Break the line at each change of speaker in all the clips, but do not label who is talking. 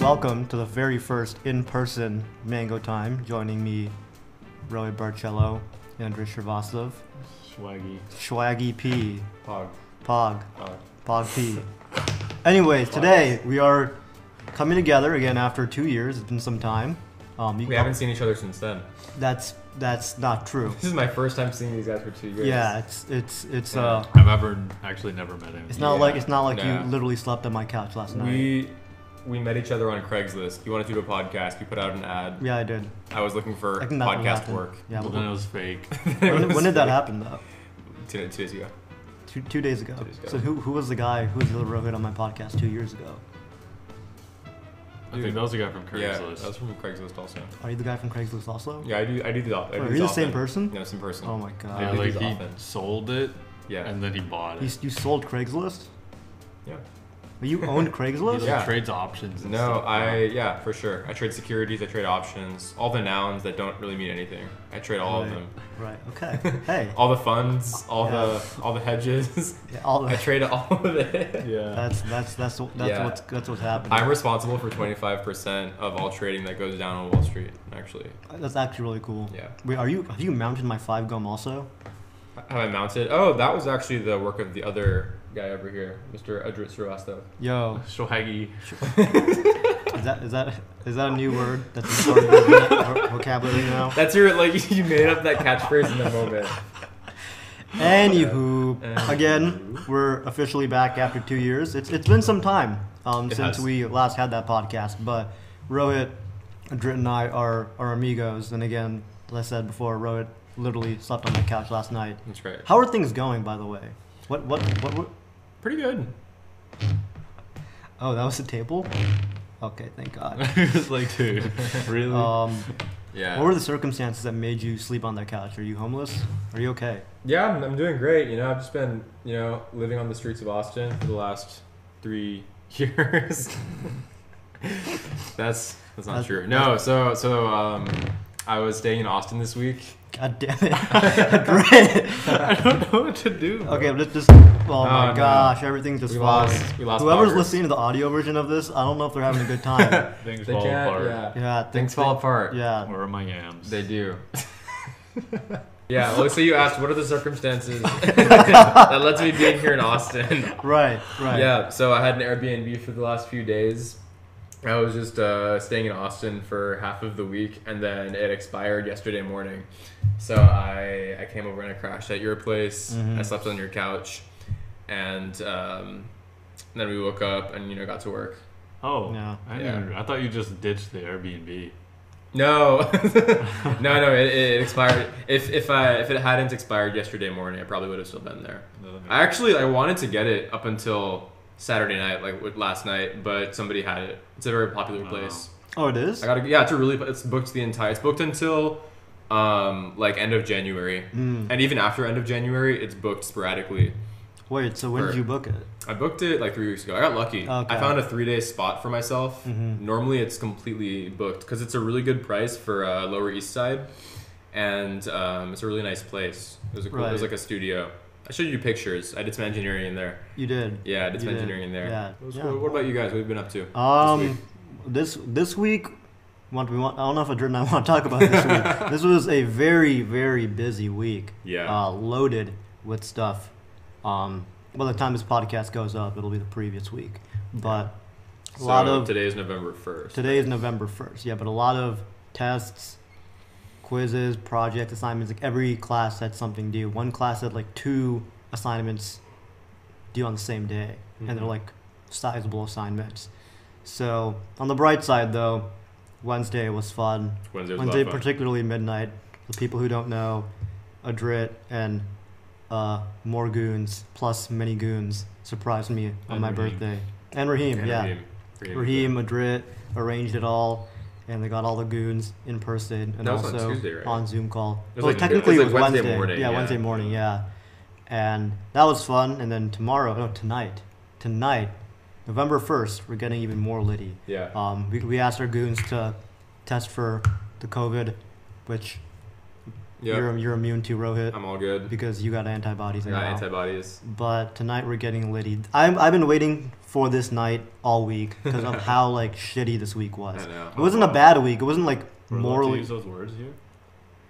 Welcome to the very first in-person Mango Time. Joining me, Roy Barcello, Andrei Shrivastov,
Swaggy.
Swaggy P,
Pog.
Pog,
Pog.
Pog P. Anyways, today we are coming together again after two years. It's been some time. Um, you-
We haven't seen each other since then.
That's that's not true.
This is my first time seeing these guys for two years.
Yeah, it's it's it's uh,
I've ever actually never met him.
it's not
Yeah.
like it's not like
Nah.
you literally slept on my couch last night.
We we met each other on Craigslist. You wanted to do a podcast. You put out an ad.
Yeah, I did.
I was looking for
I think that's what
podcast
happened.
work.
Yeah.
Well,
when-
then it was fake.
When, when did that happen though?
Two, two days ago.
Two, two days ago.
Two days ago.
So who, who was the guy who was the little roadhead on my podcast two years ago?
I think that was a guy from
Yeah,
Craigslist.
that was from Craigslist also.
Are you the guy from Craigslist also?
Yeah, I do. I do the. I do
Wait, are
these
you the same
often.
person?
No, same person.
Oh my
Yeah,
god.
I think
like
he's
he
often.
sold it
Yeah.
and then he bought
You,
it.
s- you sold Craigslist?
yeah.
But you owned
He
Craigslist?
like,
Yeah.
trades options. And
No,
stuff.
I yeah for sure. I trade securities. I trade options. All the nouns that don't really mean anything. I trade all of
Right.
them.
Right. Okay. Hey.
All the funds. All
Yeah.
the all the hedges.
Yeah, All
I
the,
trade all of it.
Yeah.
that's that's that's what- that's
Yeah.
what's that's what's happening.
I'm responsible for 25% of all trading that goes down on Wall Street, actually.
that's actually really cool.
Yeah.
Wait, are you have you mounted my five gum also?
Have I mounted? Oh, that was actually the work of the other guy over here, Mr. Adrit Srivastav.
Yo,
Swaggy.
is that is that is that a new word that's in our vocabulary now?
That's your, like, you made up that catchphrase in the moment.
Anywho,
Anywho.
again, we're officially back after two years. It's it's been some time um,
It
since
has.
we last had that podcast, but Rohit, Drit, and I are are amigos. And again, as I said before, Rohit literally slept on my couch last night.
That's right.
How are things going, by the way? What what what? what
Pretty good.
oh, that was the table. Okay, thank God.
it was like, dude, really?
Um,
Yeah.
what were the circumstances that made you sleep on that couch? Are you homeless? Are you okay?
yeah, I'm, I'm doing great. You know, I've just been, you know, living on the streets of Austin for the last three years. that's that's not
That's-
true. No, so so um, I was staying in Austin this week.
God damn it, Drit.
I don't know what to do. bro.
Okay, let's just. Oh my
no.
gosh, everything just
We
falls.
lost. We lost.
Whoever's
bloggers.
listening to the audio version of this, I don't know if they're having a good time.
Things
They
fall
can't-
apart.
Yeah.
yeah,
Things fall apart.
Yeah,
Where are my yams?
They do. yeah. Well, so you asked, what are the circumstances that lets me be in here in Austin?
right, right.
Yeah. So I had an Airbnb for the last few days. I was just uh, staying in Austin for half of the week, and then it expired yesterday morning. So I I came over and I crashed at your place. I slept on your couch, and um, then we woke up and you know got to work.
Oh.
Yeah.
I, didn't
Yeah.
even- I thought you just ditched the Airbnb.
No, no, no. It, it expired. If if I if it hadn't expired yesterday morning, I probably would have still been there. I actually I wanted to get it up until Saturday night, like with last night, but somebody had it. It's a very popular
Wow.
place.
Oh, it is.
I gotta yeah. It's a really it's booked the entire. It's booked until um like end of January,
Mm.
and even after end of January, it's booked sporadically.
Wait, so when did
Or-
you book it?
I booked it like three weeks ago. I got lucky.
Okay.
I found a three day spot for myself.
Mhm.
Normally, it's completely booked because it's a really good price for uh, Lower East Side, and um, it's a really nice place. It was a cool. It was
Right.
like a studio. I showed you pictures. I did some engineering in there.
You did.
Yeah, I did some
You did.
engineering in there.
Yeah.
What,
yeah.
what about you guys? What have you been up to?
Um, this this week, what we want? I don't know if I did not want to talk about this week. This was a very very busy week.
Yeah.
Uh, loaded with stuff. Um, by the time this podcast goes up, it'll be the previous week. But a
So
lot of
today is November first.
Today is November 1st. Yeah, but a lot of tests, quizzes, project assignments. Like every class had something due. One class had like two assignments due on the same day, and they're
Mhm.
like sizable assignments. So on the bright side, though, Wednesday was fun.
Wednesday was
Wednesday,
a lot of fun.
particularly midnight. The people who don't know, Adrit and uh, more goons plus many goons surprised me on
And
my
Raheem.
birthday. And Raheem,
And
yeah.
Raheem. Raheem.
Raheem Madrid arranged it all, and they got all the goons in person and
That was on
also
Tuesday, right?
on Zoom call.
It was
Well,
like-
technically,
it
it
was
was
like
Wednesday.
Wednesday morning,
yeah,
yeah.
Wednesday morning. Yeah, and that was fun. And then tomorrow, no, tonight, tonight, November first, we're getting even more litty.
Yeah.
Um, we, we asked our goons to test for the COVID, which
Yep.
You're you're immune to Rohit
I'm all good.
because you got antibodies.
Got
and all.
antibodies.
but tonight we're getting litty. I'm, I've been waiting for this night all week because of how like shitty this week was.
I know.
It wasn't a bad week. It wasn't like
We're allowed to
morally.
use those words here.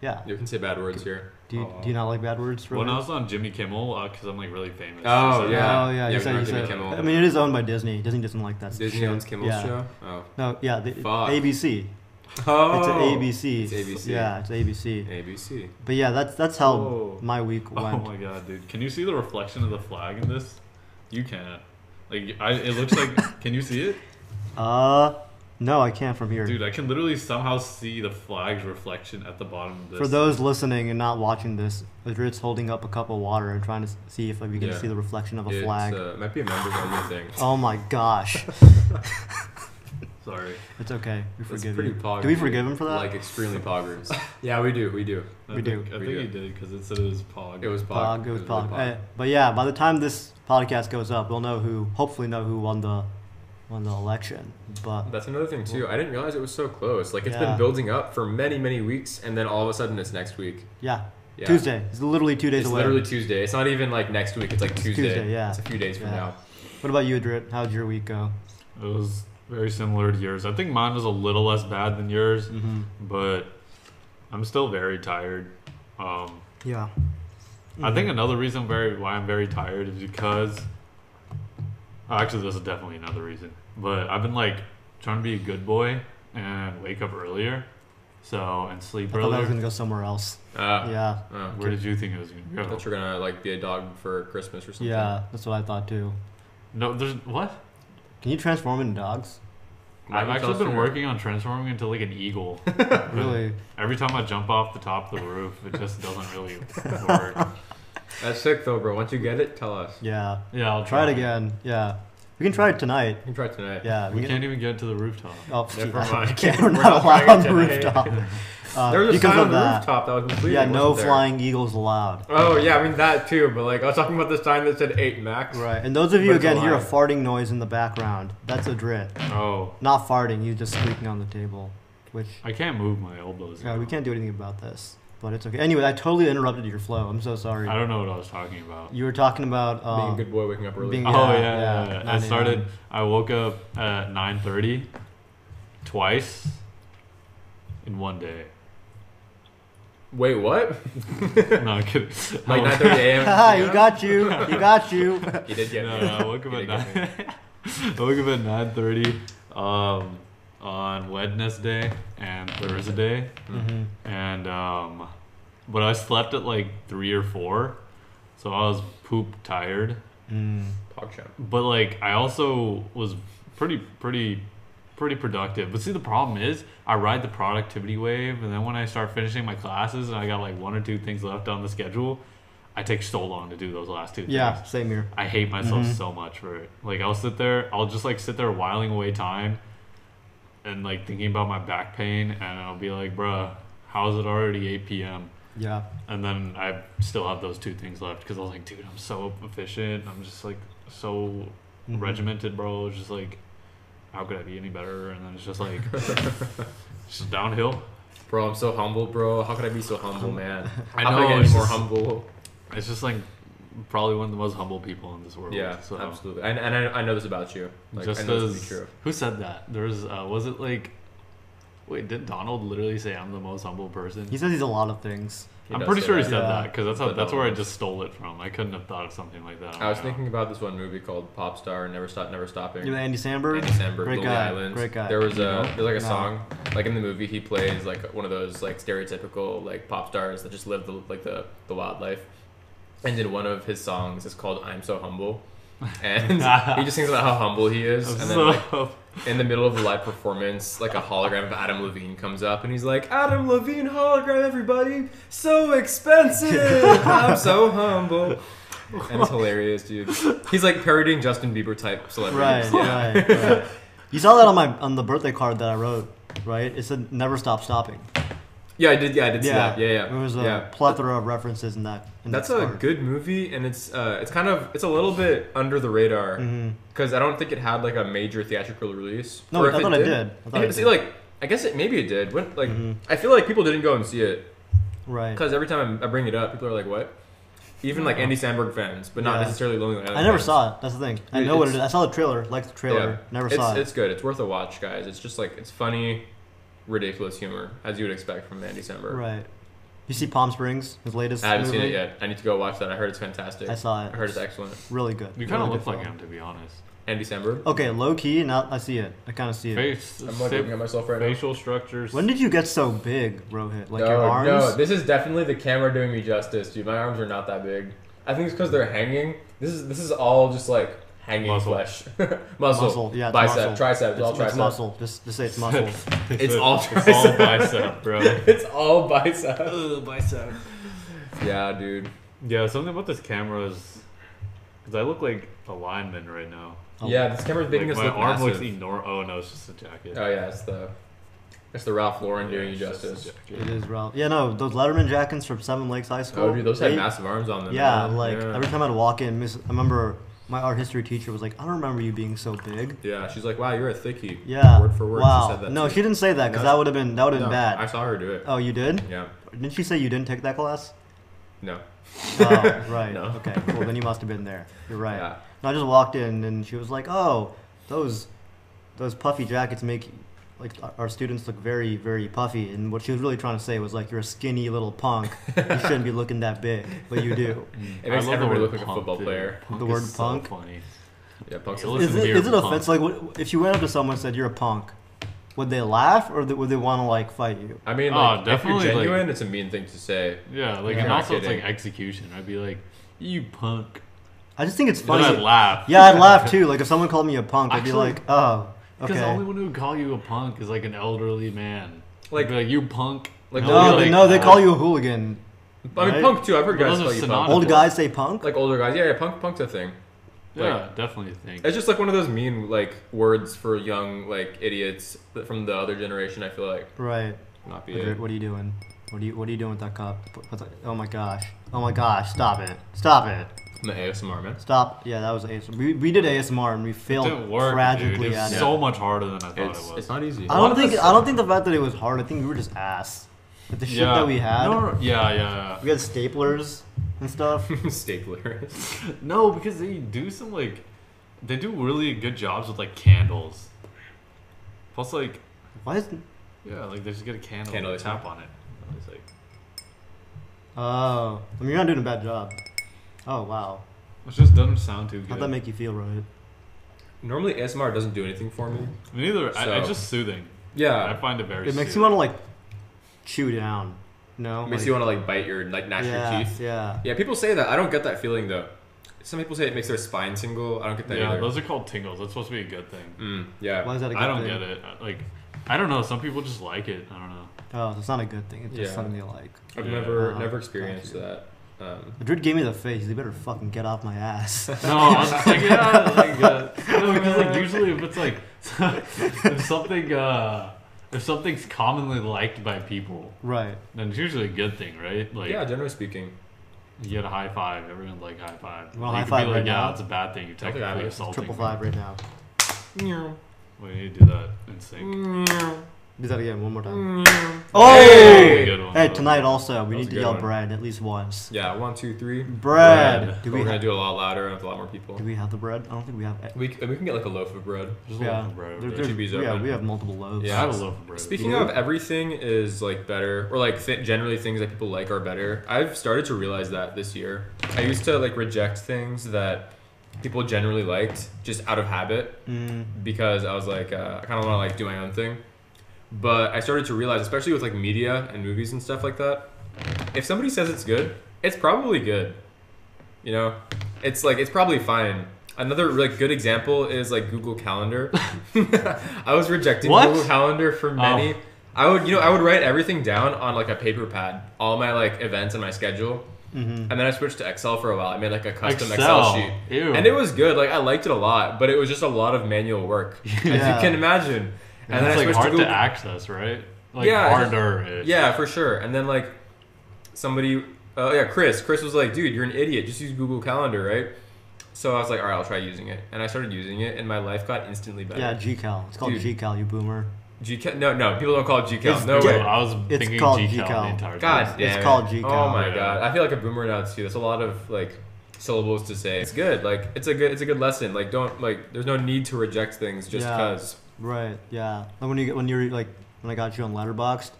Yeah.
You can say bad words here.
Do you, do you not like bad words?
When
Rohit?
I was on Jimmy Kimmel, because I'm like really famous.
Oh,
so-
yeah.
Oh yeah.
Yeah,
You
we
said
don't
you
give a
said.
Kimmel.
I mean, it is owned by Disney. Disney doesn't like that.
Disney
shit.
owns Kimmel's
yeah.
show. Oh.
No. Yeah. The,
Fuck.
ABC.
Oh.
It's an ABC.
It's ABC.
Yeah. It's ABC.
ABC.
But yeah, that's that's how
Whoa.
my week
Oh
went.
my god, dude! Can you see the reflection of the flag in this? You can't. Like, I, it looks like. can you see it,
Uh, no, I can't from here.
dude? I can literally somehow see the flag's reflection at the bottom of this.
For those listening and not watching this, Adrit's holding up a cup of water and trying to s- see if like, we can
Yeah.
see the reflection of a
It's,
flag.
Uh, it might be a members only thing.
Oh my gosh.
Sorry.
it's okay. We
That's
forgive
pretty
you.
pog.
Do we forgive him for that?
Like extremely poggers. yeah, we do. We do.
I
We do.
think, I
We
think
do.
you did because it said it was Pog.
It was pog.
Pog, it was
really
Pog. Eh, but yeah, by the time this podcast goes up, we'll know who, hopefully know who won the won the election. But
That's another thing too. I didn't realize it was so close. Like it's
Yeah.
been building up for many, many weeks, and then all of a sudden it's next week.
yeah,
Yeah.
Tuesday. It's literally two days
It's
away.
literally Tuesday. It's not even like next week. It's like Tuesday.
Tuesday, yeah.
It's a few days from
Yeah.
now.
What about you, Adrit? How'd your week go?
It was very similar to yours. I think mine was a little less bad than yours,
Mm-hmm.
but I'm still very tired. Um,
Yeah.
I
Mm.
think another reason very why I'm very tired is because oh, actually this is definitely another reason. But I've been like trying to be a good boy and wake up earlier, so and
I
sleep
thought that was
earlier.
gonna go somewhere else.
Uh,
yeah.
uh,
Where did you think it was
I
gonna go?
thought you were gonna like be a dog for Christmas or something.
Yeah, that's what I thought too.
No, there's what?
Can you transform into dogs?
Why
I've
didn't you tell
actually
us
been
sooner?
working on transforming into like an eagle.
Really?
Every time I jump off the top of the roof, it just doesn't really work.
That's sick though, bro. Once you get it, tell us.
Yeah.
Yeah, I'll
Try it again. Yeah. We can try it tonight.
You can try tonight.
Yeah.
We
can-
can't even get to the rooftop.
Oh,
Never
yeah,
mind.
We can't. We're
We're
not
not
allowed
trying
on the
it
rooftop.
today.
Uh,
There was a
because
sign
of
on the
that.
rooftop that was misleading.
Yeah, no
wasn't there?
flying eagles allowed.
Oh yeah, I mean that too, but like I was talking about this sign that said eight max.
Right. And those of you
But it's
again hear a
allowed.
farting noise in the background. That's a drit.
Oh,
Not farting. You just squeaking on the table, which
I can't move my elbows.
yeah, we
now.
can't do anything about this. But it's okay. Anyway, I totally interrupted your flow. I'm so sorry.
I don't know what I was talking about.
You were talking about um,
Being a good boy, waking up early.
being-
oh
Yeah,
yeah,
yeah,
yeah. yeah.
9
I started. I woke up at nine thirty, twice, in one day.
Wait, what?
No, I'm kidding.
Like nine
I woke-
thirty a.m.
Haha,
Yeah.
you got you. You got you.
You did get
no,
me.
no, I woke up
You
at
did get me.
nine. I woke up at nine thirty um, on Wednesday and Thursday,
hmm
and um, but I slept at like three or four, so I was poop tired.
Mm.
Pog champ.
But like I also was pretty pretty pretty productive. But see the problem is I ride the productivity wave and then when I start finishing my classes and I got like one or two things left on the schedule, I take so long to do those last two
Yeah,
things.
same here.
I hate myself
Mhm.
so much for it. Like I'll sit there, I'll just like sit there whiling away time and like thinking about my back pain and I'll be like, bruh, how is it already 8 p.m.?
Yeah.
And then I still have those two things left because I was like, dude, I'm so efficient. I'm just like so
Mhm.
regimented, bro. It's just like, how could I be any better? And then it's just like, it's just downhill.
Bro, I'm so humble, bro. How could I be so humble, man?
I
How could
know,
I get any
it's
more
just-
humble?
It's just like probably one of the most humble people in this world.
Yeah,
so
absolutely. And, and I, I know this about you. Like,
just
I know
as
this to be true.
who said that? There was uh, was it like, wait, did Donald literally say I'm the most humble person?
He says he's a lot of things.
He
I'm
does
pretty
say
sure he
that.
said
Yeah.
that because that's how,
But
that's where I
Donald-
just stole it from. I couldn't have thought of something like that. on
I was
my own.
thinking about this one movie called Pop Star Never Stop Never Stopping.
You know Andy Samberg?
Andy Samberg,
Great
Lonely
guy.
Island.
Great guy.
There was
You
a
know?
there's like a
No.
song like in the movie he plays like one of those like stereotypical like pop stars that just live the like the the wild life. And in one of his songs is called "I'm So Humble," and he just sings about how humble he is.
I'm
And then
so-
like oh, in the middle of the live performance, like a hologram of Adam Levine comes up and he's like, "Adam Levine hologram, everybody, so expensive. I'm so humble." And it's hilarious, dude. He's like parodying Justin Bieber type
Right,
celebrities. yeah.
right, right. You saw that on my on the birthday card that I wrote, right? It said "Never stop stopping."
Yeah, I did. Yeah, I did see that. Yeah, yeah.
There was uh, a
yeah.
plethora of references in that. In
That's
that
a
card.
good movie, and it's uh, it's kind of it's a little bit under the radar
Mhm.
because I don't think it had like a major theatrical release.
No,
Or
I
if
thought it did. I thought
Yeah,
it
see,
did.
like I guess it maybe it did. When, like
Mhm.
I feel like people didn't go and see it.
Right.
Because every time I bring it up, people are like, "What?" Even like
Yeah.
Andy Sandberg fans, but not
Yeah.
necessarily Lonely Island.
I never
fans.
saw it. That's the thing. I
Dude,
know what it is. I
it's-
saw the trailer, liked the trailer, never
it's,
saw it.
It's good. It's worth a watch, guys. It's just like it's funny, ridiculous humor as you would expect from Andy Samberg.
Right. You see Palm Springs, his latest.
I haven't seen it
movie?
yet. I need to go watch that. I heard it's fantastic.
I saw it.
I heard it's excellent.
Really good.
You kind of
Really
look
good
like
film.
him, to be honest.
Andy Samberg.
Okay, low key. Now I see it. I kind of see it.
Face,
I'm like
sa-
looking at myself right now.
facial structures.
When did you get so big, Rohit? Like
Oh, no,
your arms?
no, this is definitely the camera doing me justice, dude. My arms are not that big. I think it's because they're hanging. This is this is all just like hanging
Muscle.
flesh, muscle,
Muscle, yeah, it's
bicep,
muscle.
tricep, it's
it's,
all
it's
tricep.
muscle. Just, just say it's muscle.
It's all
it's all bicep, bro.
it's all bicep. bicep. Yeah, dude.
Yeah, something about this camera is because I look like a lineman right now.
Oh.
Yeah, this camera's making us
Like, my
look
arm
massive.
looks enormous. Oh no, it's just a jacket.
Oh yeah, it's the it's the Ralph Lauren doing you
it's just a
justice.
jacket.
it is rough. Yeah, no, those Letterman jackets from Seven Lakes High School.
Oh dude, those had
they-
massive arms on them.
Yeah,
man.
like
yeah.
every time I'd walk in, Miss, I remember my art history teacher was like, "I don't remember you being so big."
Yeah, she's like, wow, you're a thickie.
Yeah.
Word for word,
Wow.
she said that.
no,
too.
she didn't say that because
No,
that would have been that would have
No,
been bad.
I saw her do it.
oh, you did?
Yeah.
Didn't she say you didn't take that class?
No.
Oh, right.
No.
Okay. Well, then you must have been there. You're right.
Yeah.
And I just walked in and she was like, "Oh, those those puffy jackets make like our- our students look very very puffy." And what she was really trying to say was like, "You're a skinny little punk. you shouldn't be looking that big, but you do."
Mm.
It makes
I love the
everybody
word
look like a
punk,
football
dude.
player.
Punk
Hmm. The
is
word
so
punk?
funny.
Yeah, punks.
It looks-
Is
Listen
it,
here,
is it
punk.
offensive? Like, what, if you went up to someone and said you're a punk, would they laugh or th- would they want to like fight you?
I mean,
Oh,
like, if
definitely,
you're
like-
genuine, it's a mean thing to say.
Yeah, like
Yeah.
and
Not
also it's
kidding.
like execution. I'd be like, you punk.
I just think it's
But I'd
funny.
laugh.
yeah, I'd laugh too. Like if someone called me a punk, I'd be
Actually-
like, "Oh,
Because the only
okay."
one who would call you a punk is like an elderly man.
Like-
Like, like you punk.
Like,
And
No,
I'll be
they-
like,
no, they
"Oh."
call you a hooligan.
I mean,
Right?
punk too. I've heard
But
guys
those are
call you punk.
synonymous.
Old guys say punk.
Like older guys, yeah, yeah, punk, punk's a thing.
Yeah, definitely a thing.
It's just like one of those mean like words for young like idiots that- from the other generation. I feel like
Right.
not be
What are-
it.
What are you doing? What are you What are you doing with that cup? What's that- Oh my gosh! Oh my gosh! Stop it! Stop it!
I'm an ASMR man.
Stop! Yeah, that was ASMR. We, we did ASMR and we
It
failed
didn't work, dude.
tragically
It
at
was
it.
so much harder than I thought
It's,
it
it's
was.
not easy.
I
A lot
don't
of
think
this-
I don't think the fact that it was hard. I think we were just ass. But the shit
Yeah.
that we had,
No, no, no. yeah, yeah,
we had staplers and stuff.
stapler.
yeah. No, because they do some like, they do really good jobs with like candles. Plus, like,
Why is?
yeah, like they just get a candle,
Candle,
and
yeah.
tap on it. And It's like,
Oh, I mean, you're not doing a bad job. Oh wow,
it just doesn't sound too
how'd that
good.
make you feel, Rohit?
Normally ASMR doesn't do anything for me.
Me neither. I, it's
So- uh,
just soothing. I
Yeah,
find it very.
It makes you
soothing.
want to like chew down. No,
makes you want to like bite your like gnash
yeah,
your teeth.
Yeah,
Yeah, people say that. I don't get that feeling though. Some people say it makes their spine tingle. I don't get that
Yeah,
either.
those are called tingles. That's supposed to be a good thing.
Mm, yeah.
Why is that a good
I don't
thing?
get it. I- Like, I don't know. Some people just like it. I don't know.
Oh, so it's not a good thing. It's just
Yeah.
something you like.
I've
Yeah.
never
Uh,
never experienced
gotcha.
that. Um,
Madrid gave me the face. They better fucking get off my ass.
No, I was just like, yeah, like, uh, no, because like usually if it's like, if something, uh, if something's commonly liked by people,
right.
then it's usually a good thing, right? Like,
yeah, generally speaking,
you get a high five, everyone's like high five.
You want a high
Like, you could
five
be like,
right
yeah,
now?
it's a bad thing. You're
think I
technically
have it. It's
assaulting.
Triple
me.
five right now.
We need to do that in sync.
Mm. Do that again one more time.
Oh!
Hey!
Good one,
Hey,
though.
tonight also we
That was
need
a
to
good
yell
one.
bread at least once.
yeah, one, two, three.
Bread.
Bread.
Do we
But we're gonna
have?
do it a lot louder and with a lot more people.
Do we have the bread? I don't think we have.
We, c- we can get like a loaf of bread.
Just a
Yeah,
loaf of bread.
there-
bro.
there's-
TB's
yeah,
open.
we have multiple loaves.
I
Yeah.
have a loaf of bread.
Speaking of everything is like better, or like th- generally things that people like are better. I've started to realize that this year. I used to like reject things that people generally liked just out of habit
Mm,
because I was like uh, I kind of want to like do my own thing. But I started to realize, especially with like media and movies and stuff like that, if somebody says it's good, it's probably good. You know, it's like it's probably fine. Another like good example is like Google Calendar. I was rejecting
What? Oh.
Google Calendar for many. I would you know I would write everything down on like a paper pad, all my like events and my schedule,
mhm.
and then I switched to Excel for a while. I made like a custom
Mm-hmm. Excel.
Excel sheet.
Ew.
And it was good. Like I liked it a lot, but it was just a lot of manual work, as
Yeah.
you can imagine. And then
it's
I
like
switched
hard
to
to,
Google.
access, right? Like
Yeah, it's just-
harder.
yeah, for sure. And then like somebody, uh, yeah, Chris. Chris was like, "Dude, you're an idiot. Just use Google Calendar, right?" So I was like, "All right, I'll try using it." And I started using it, and my life got instantly better.
Yeah, GCal. It's called
Dude.
GCal. You boomer.
GCal? No, no. People don't call it GCal.
It's
No
G-
Dude,
way.
I was
It's
thinking
called
GCal
GCal.
the entire
God
time.
damn
It's
it.
called
Oh
GCal.
my
Yeah.
god. I feel like a boomer now too. There's a lot of like syllables to say. It's good. Like it's a good it's a good lesson. Like don't like there's no need to reject things just
Yeah.
because.
Right. Yeah. Like when you when you're like when I got you on Letterboxd.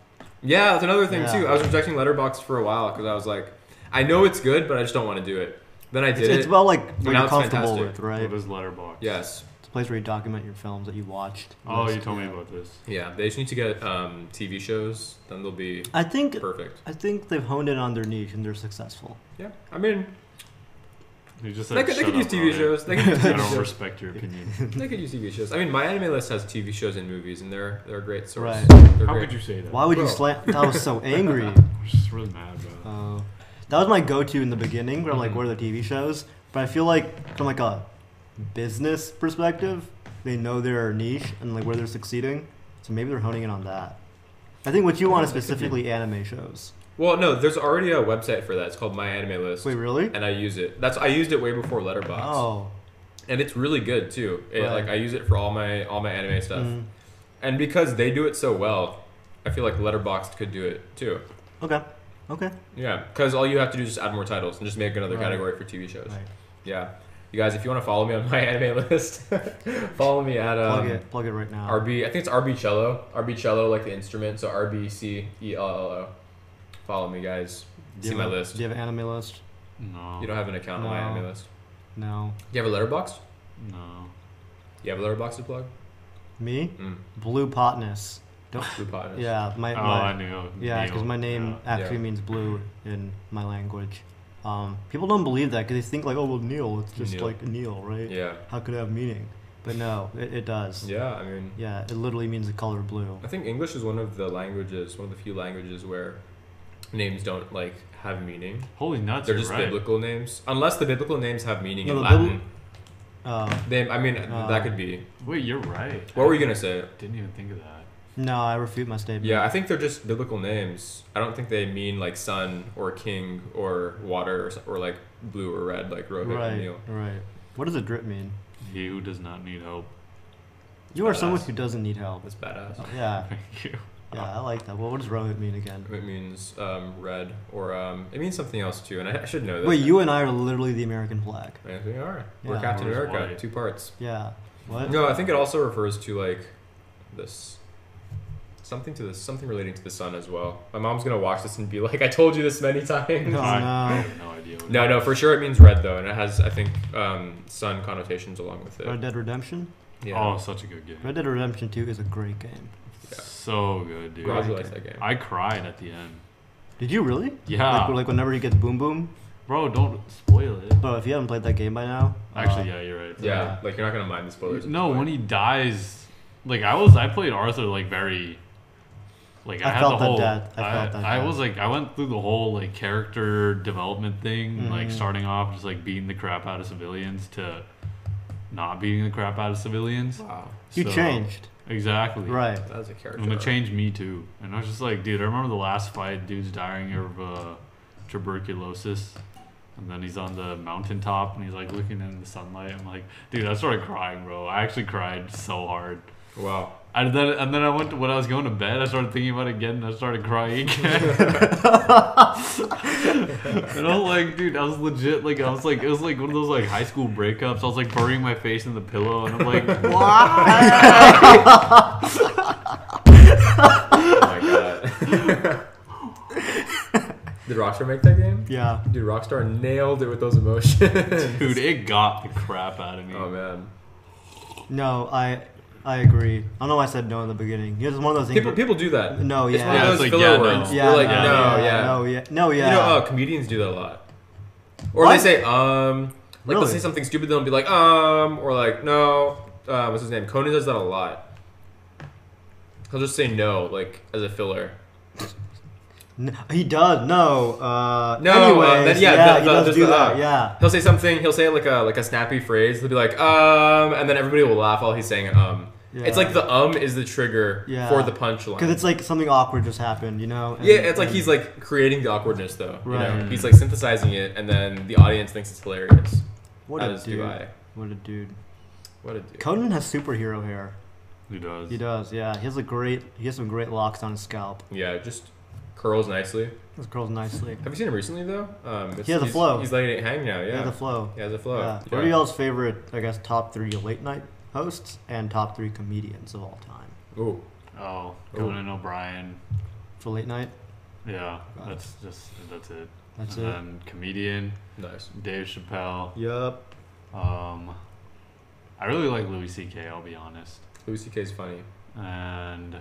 Yeah, that's another thing
Yeah.
too. I was rejecting Letterboxd for a while because I was like, I know it's good, but I just don't want to do it. Then I did
It's,
it.
it's about like what
now
you're
it's
comfortable
fantastic.
with, right?
What is Letterboxd?
yes.
It's a place where you document your films that you watched.
Oh, you
List,
told me
yeah.
about this.
Yeah. They just need to get um, TV shows. Then they'll be
I think
perfect.
I think they've honed in on their niche and they're successful.
Yeah. I mean,
You just
they
said,
could, they
"Shut
could use
up,
TV
Ryan."
shows. They could use
I
TV
don't
shows.
respect your opinion.
They could use TV shows. I mean, my anime list has TV shows and movies, and they're they're a great source.
Right.
They're
How
great.
could you say that?
Why would you
Bro.
slant? I was so angry.
I'm just really mad, bro.
Uh, that was my go-to in the beginning, where I'm like,
Mhm.
what are the TV shows? But I feel like from like a business perspective, they know their niche and like where they're succeeding, so maybe they're honing in on that. I think what you want is specifically anime shows.
Well, no, there's already a website for that. It's called My Anime List,
Wait, really?
and I use it. That's I used it way before Letterboxd,
Oh,
and it's really good too. It,
Right.
Like I use it for all my all my anime stuff,
mm,
and because they do it so well, I feel like Letterboxd could do it too.
okay, okay.
Yeah, because all you have to do is just add more titles and just make another
Right.
category for TV shows.
Right.
Yeah, you guys, if you want to follow me on My Anime List, follow me at um,
Plug it, plug it right now.
RB. I think it's RB cello. RB cello, like the instrument. So R B C E L L O. Follow me, guys.
Do
See
you
my
have a-
list.
Do you have an anime list?
No.
You don't have an account on my
No.
anime list.
No.
You have a letterbox?
No.
You have a letterbox to plug?
Me?
Mm.
Blue Potness. Don't.
Blue Potters.
Yeah, my.
Oh,
my
I knew.
Yeah, because
Neil.
my name actually
Yeah.
means blue in my language. Um, people don't believe that because they think like, oh well, Neil, it's just
Neil.
like Neil, right?
Yeah.
How could it have meaning? But no, it, it does.
Yeah, I mean,
Yeah, it literally means the color blue.
I think English is one of the languages, one of the few languages where names don't like have meaning.
Yeah. Holy nuts!
They're
you're
just
right.
biblical names, unless the biblical names have meaning
No,
in
the bibl-
Latin.
Uh,
They, I mean,
Uh,
that could be.
Wait, you're right.
What were you gonna say?
Didn't even think of that.
no, I refute my statement.
Yeah, I think they're just biblical names. I don't think they mean like sun or king or water or, s- or like blue or red like Rohit and
right,
Neil.
right. What does a drip mean?
He who does not need help.
You are someone
Badass.
who doesn't need help.
Uh, That's badass.
Yeah,
Thank you.
yeah, I like that. Well, what does Rohit mean again?
It means um, red or um, it means something else too, and I, I should know this.
Wait, you and I are literally the American flag.
I think we are. We're
Yeah.
Captain
Or is
America,
white.
two parts.
Yeah. What?
No, I think it also refers to like this something to this something relating to the sun as well. My mom's gonna watch this and be like, "I told you this many times."
No,
I, I
Oh, no.
have no idea. What
No, no, for sure it means red though, and it has I think um, sun connotations along with
Red
it.
Dead Redemption.
Yeah.
Oh, such a good game.
Red Dead Redemption Two is a great game.
Yeah.
So good, dude.
Roger likes that game.
I cried at the end.
Did you really?
Yeah.
Like, like whenever he gets boom boom.
Bro, don't spoil it.
Bro, if you haven't played that game by now, uh,
Actually, yeah, you're right.
Uh, yeah, like you're not gonna mind the spoilers. at
No,
this
when
point.
he dies, like I was, I played Arthur like very, like I,
I
had
felt
the
that
whole.
death. I felt that
I
death.
was like, I went through the whole like character development thing,
Mm-hmm.
like starting off just like beating the crap out of civilians to not beating the crap out of civilians.
wow,
you
So-
changed,
Exactly.
right?
that was a character.
And it
arc.
changed me too. And I was just like, dude, I remember the last fight, dude's dying of uh, tuberculosis. And then he's on the mountaintop and he's like looking in the sunlight. I'm like, dude, I started crying, bro. I actually cried so hard.
Wow,
And then, and then I went to, when I was going to bed, I started thinking about it again and I started crying again. and I was like, dude, I was legit, like, I was like, it was like one of those like high school breakups. I was like burying my face in the pillow and I'm like,
Why?
oh my god. Did Rockstar make that game?
yeah.
Dude, Rockstar nailed it with those emotions.
dude, it got the crap out of me.
Oh man,
No, I, I agree. I don't know why I said no in the beginning. It's one of those things.
people
where-
people do that.
no,
It's one
yeah.
of
Yeah,
those
it's like,
filler
yeah, no.
words.
yeah,
You're like,
no,
no, yeah.
no, yeah, no, yeah.
You know, uh, comedians do that a lot. Or
What?
they say, um, like
Really?
they'll say something stupid, they'll be like, um, or like, no, uh, what's his name? Conan does that a lot. He'll just say no, like as a filler.
N- he does. No. Uh,
No,
Anyways,
uh, that- yeah, the-
he
the-
does
there's
do
the,
that.
uh,
yeah.
He'll say something. He'll say like a like a snappy phrase. He'll be like um, and then everybody will laugh while he's saying um.
Yeah.
It's like the um is the trigger
Yeah.
for the punchline.
Because it's like something awkward just happened, you know. and-
yeah, it's like
and-
he's like creating the awkwardness though. You
Right.
know? He's like synthesizing it, and then the audience thinks it's hilarious.
What a
As
dude!
do I.
What a dude!
What a dude.
Conan has superhero hair.
He does.
He does, yeah. He has a great. He has some great locks on his scalp.
Yeah, it just curls nicely.
His curls nicely.
Have you seen him recently though? Um, it's-
He has a
he's-
flow.
He's letting it hang now.
Yeah,
Yeah,
the flow.
he has a flow.
Yeah. What are
Yeah.
y'all's favorite? I guess top three late night hosts and top three comedians of all time
Ooh,
Oh,
Ooh.
Conan O'Brien.
for late night.
Yeah,
Got it.
that's just that's it.
That's
and
Um,
it.
then comedian
nice.
Dave Chappelle.
Yup.
Um, I really like Louis C.K. I'll be honest.
Louis C.K.'s funny.
And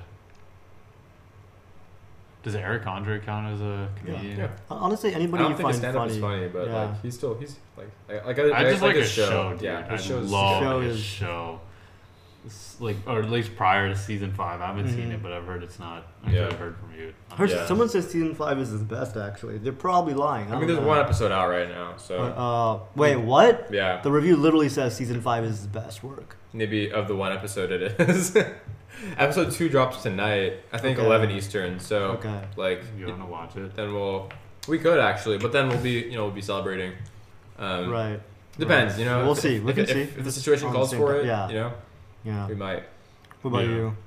does Eric Andre count as a comedian?
Yeah.
Honestly,
I
anybody
don't
you
think his
find
stand up
funny.
is funny, but
Yeah.
like he's still he's like I, like,
I just like,
his
his show. dude.
Yeah,
I
his show's
love
Show
his
is-
show. It's like, or at least prior to season five. I haven't seen
Mhm.
it, but I've heard it's not.
Yeah.
I've heard from you.
I heard
Yeah.
Someone says season five is his best. Actually, they're probably lying. I,
I mean,
don't
there's
know.
one episode out right now,
But,
so
Uh, wait, what?
yeah,
The review literally says season five is his best work.
maybe of the one episode it is. episode two drops tonight. I think
Okay.
11 Eastern. So
Okay.
like
You want to watch it?
then we'll we could actually, but then we'll be you know we'll be celebrating. Um,
Right.
Depends, you know.
We'll
if-
see,
If,
we can
if,
see.
If,
If
the
it's
situation
on the
calls
same
for
pa-
it,
yeah.
you know,
Yeah.
we might.
What about
Yeah.
you?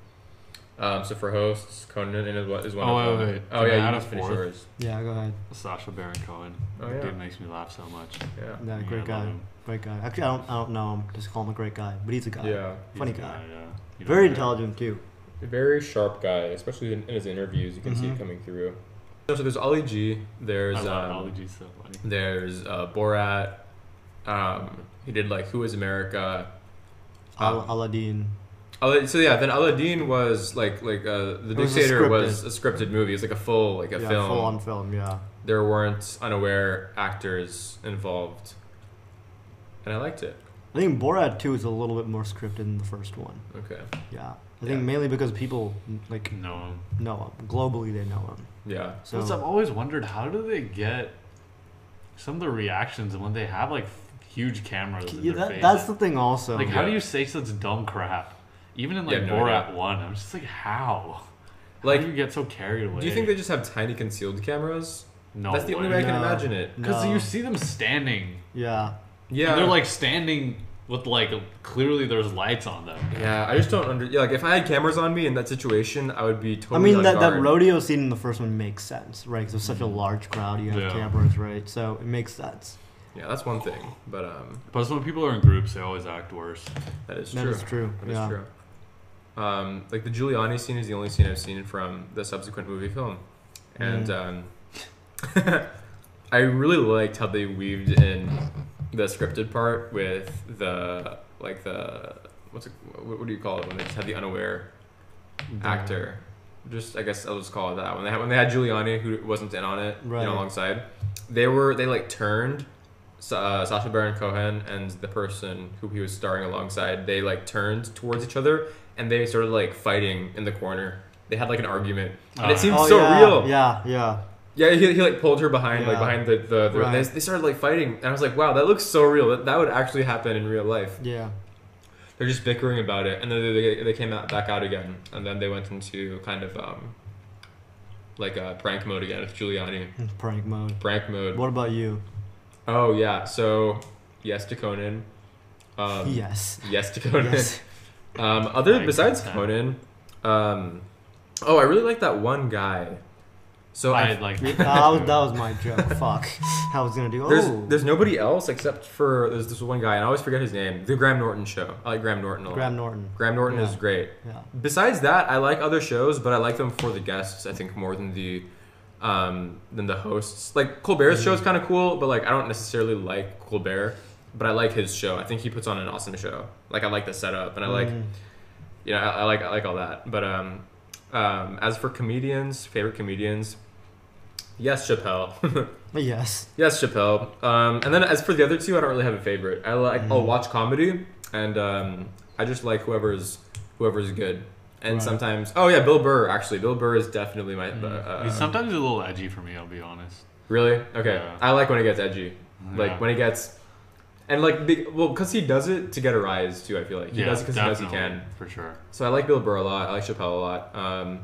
Um, so for hosts, Conan is one is one
Oh,
of
wait,
them.
wait,
Oh
can I
yeah,
add
you
a
just finish
fourth?
yours.
Yeah, go ahead.
Sasha Baron Cohen.
Oh,
That
yeah.
Dude makes me laugh so much.
Yeah.
Yeah,
Yeah, I
great
love
guy.
him.
Great guy. Actually, I don't, I don't know him. Just call him a great guy. But he's a guy.
Yeah.
He's
Funny
a
guy.
yeah. You
Very
don't-
intelligent, too.
A very sharp guy, especially in, in his interviews. You can see
Mhm.
it coming through. So there's Ali G. There's
I love
um,
Ollie G so funny.
there's uh, Borat. Um, he did like Who Is America.
Al-
Um,
Aladdin.
Ala- So yeah, then Aladdin was like like uh, the
It was a
Dictator was a scripted movie. It's like a full like a
yeah,
film.
full on film, yeah.
There weren't unaware actors involved, and I liked it.
I think Borat 2 is a little bit more scripted than the first one.
Okay.
Yeah. I
Yeah.
think mainly because people, like,
No. him.
know him. Globally, they know him.
Yeah.
So,
Plus, I've always wondered how do they get some of the reactions when they have like huge cameras in
yeah,
their
that,
face.
that's the thing also.
like, how do
Yeah.
you say such dumb crap? Even in like
Yeah, no
Borat One, I'm just like, how? Like,
Like,
you get so carried away?
do you think they just have tiny concealed cameras?
no?
That's the only way I can
No.
imagine it.
Because
No.
you see them standing.
yeah.
Yeah.
And they're like standing with like clearly there's lights on them.
Yeah, I just don't under. Yeah, like if I had cameras on me in that situation, I would be
I
totally.
mean,
on
that, that
guard.
rodeo scene in the first one makes sense, right? Because there's such a
Mm-hmm.
large crowd, you have
Yeah.
cameras, right? So it makes sense.
Yeah, that's one thing, but um,
Plus, when people are in groups, they always act worse.
that is
That
true.
is true.
That is
yeah.
true. Um, like the Giuliani scene is the only scene I've seen from the subsequent movie film, and um, I really liked how they weaved in the scripted part with the like the what's it, what, what do you call it when they just have the unaware actor. Just I guess I'll just call it that. When they had when they had Giuliani who wasn't in on it,
Right.
you know, alongside, they were they like turned. Sa- Uh, Sasha Baron Cohen and the person who he was starring alongside, they like turned towards each other and they started like fighting in the corner. They had like an argument, and
Ah.
it seemed
Oh,
so
yeah,
real.
Yeah, yeah.
Yeah, he, he like pulled her behind, like
Yeah.
behind the the. the
Right.
they, they started like fighting, and I was like, wow, that looks so real. That that would actually happen in real life.
Yeah.
They're just bickering about it, and then they, they, they came out back out again, and then they went into kind of um, like a prank mode again with Giuliani.
It's prank mode.
Prank mode.
What about you?
Oh yeah, so yes to Conan. Um,
yes.
Yes to Conan.
Yes.
Um, other
Like,
besides
uh,
Conan, um, oh, I really like that one guy. So
I
I-
like.
Yeah, uh, that, was, that was my joke. Fuck. I was gonna do. Oh,
There's there's nobody else except for there's this one guy and I always forget his name. The Graham Norton show. I like Graham Norton. a lot.
Graham Norton.
Graham Norton
Yeah.
is great.
Yeah.
Besides that, I like other shows, but I like them for the guests. I think more than the um, than the hosts. Like Colbert's show is kind of cool, but like I don't necessarily like Colbert, but I like his show. I think he puts on an awesome show. Like I like the setup, and I like
Mm.
you know I, I like I like all that. But um, um, as for comedians, favorite comedians, yes, Chappelle.
But yes.
Yes, Chappelle. Um, and then as for the other two, I don't really have a favorite. I like I'll
Mm-hmm.
Mhm.
watch comedy, and um, I just like whoever's whoever's good. And
Right.
sometimes, oh yeah, Bill Burr. Actually, Bill Burr is definitely my. Uh,
Mm. He's sometimes a little edgy for me. I'll be honest.
really okay.
Yeah.
I like when it gets edgy,
Yeah.
like when it gets, and like big, well, because he does it to get a rise too. I feel like he
yeah,
does it because he knows he
definitely,
can.
for sure.
So I like Bill Burr a lot. I like Chappelle a lot. Um,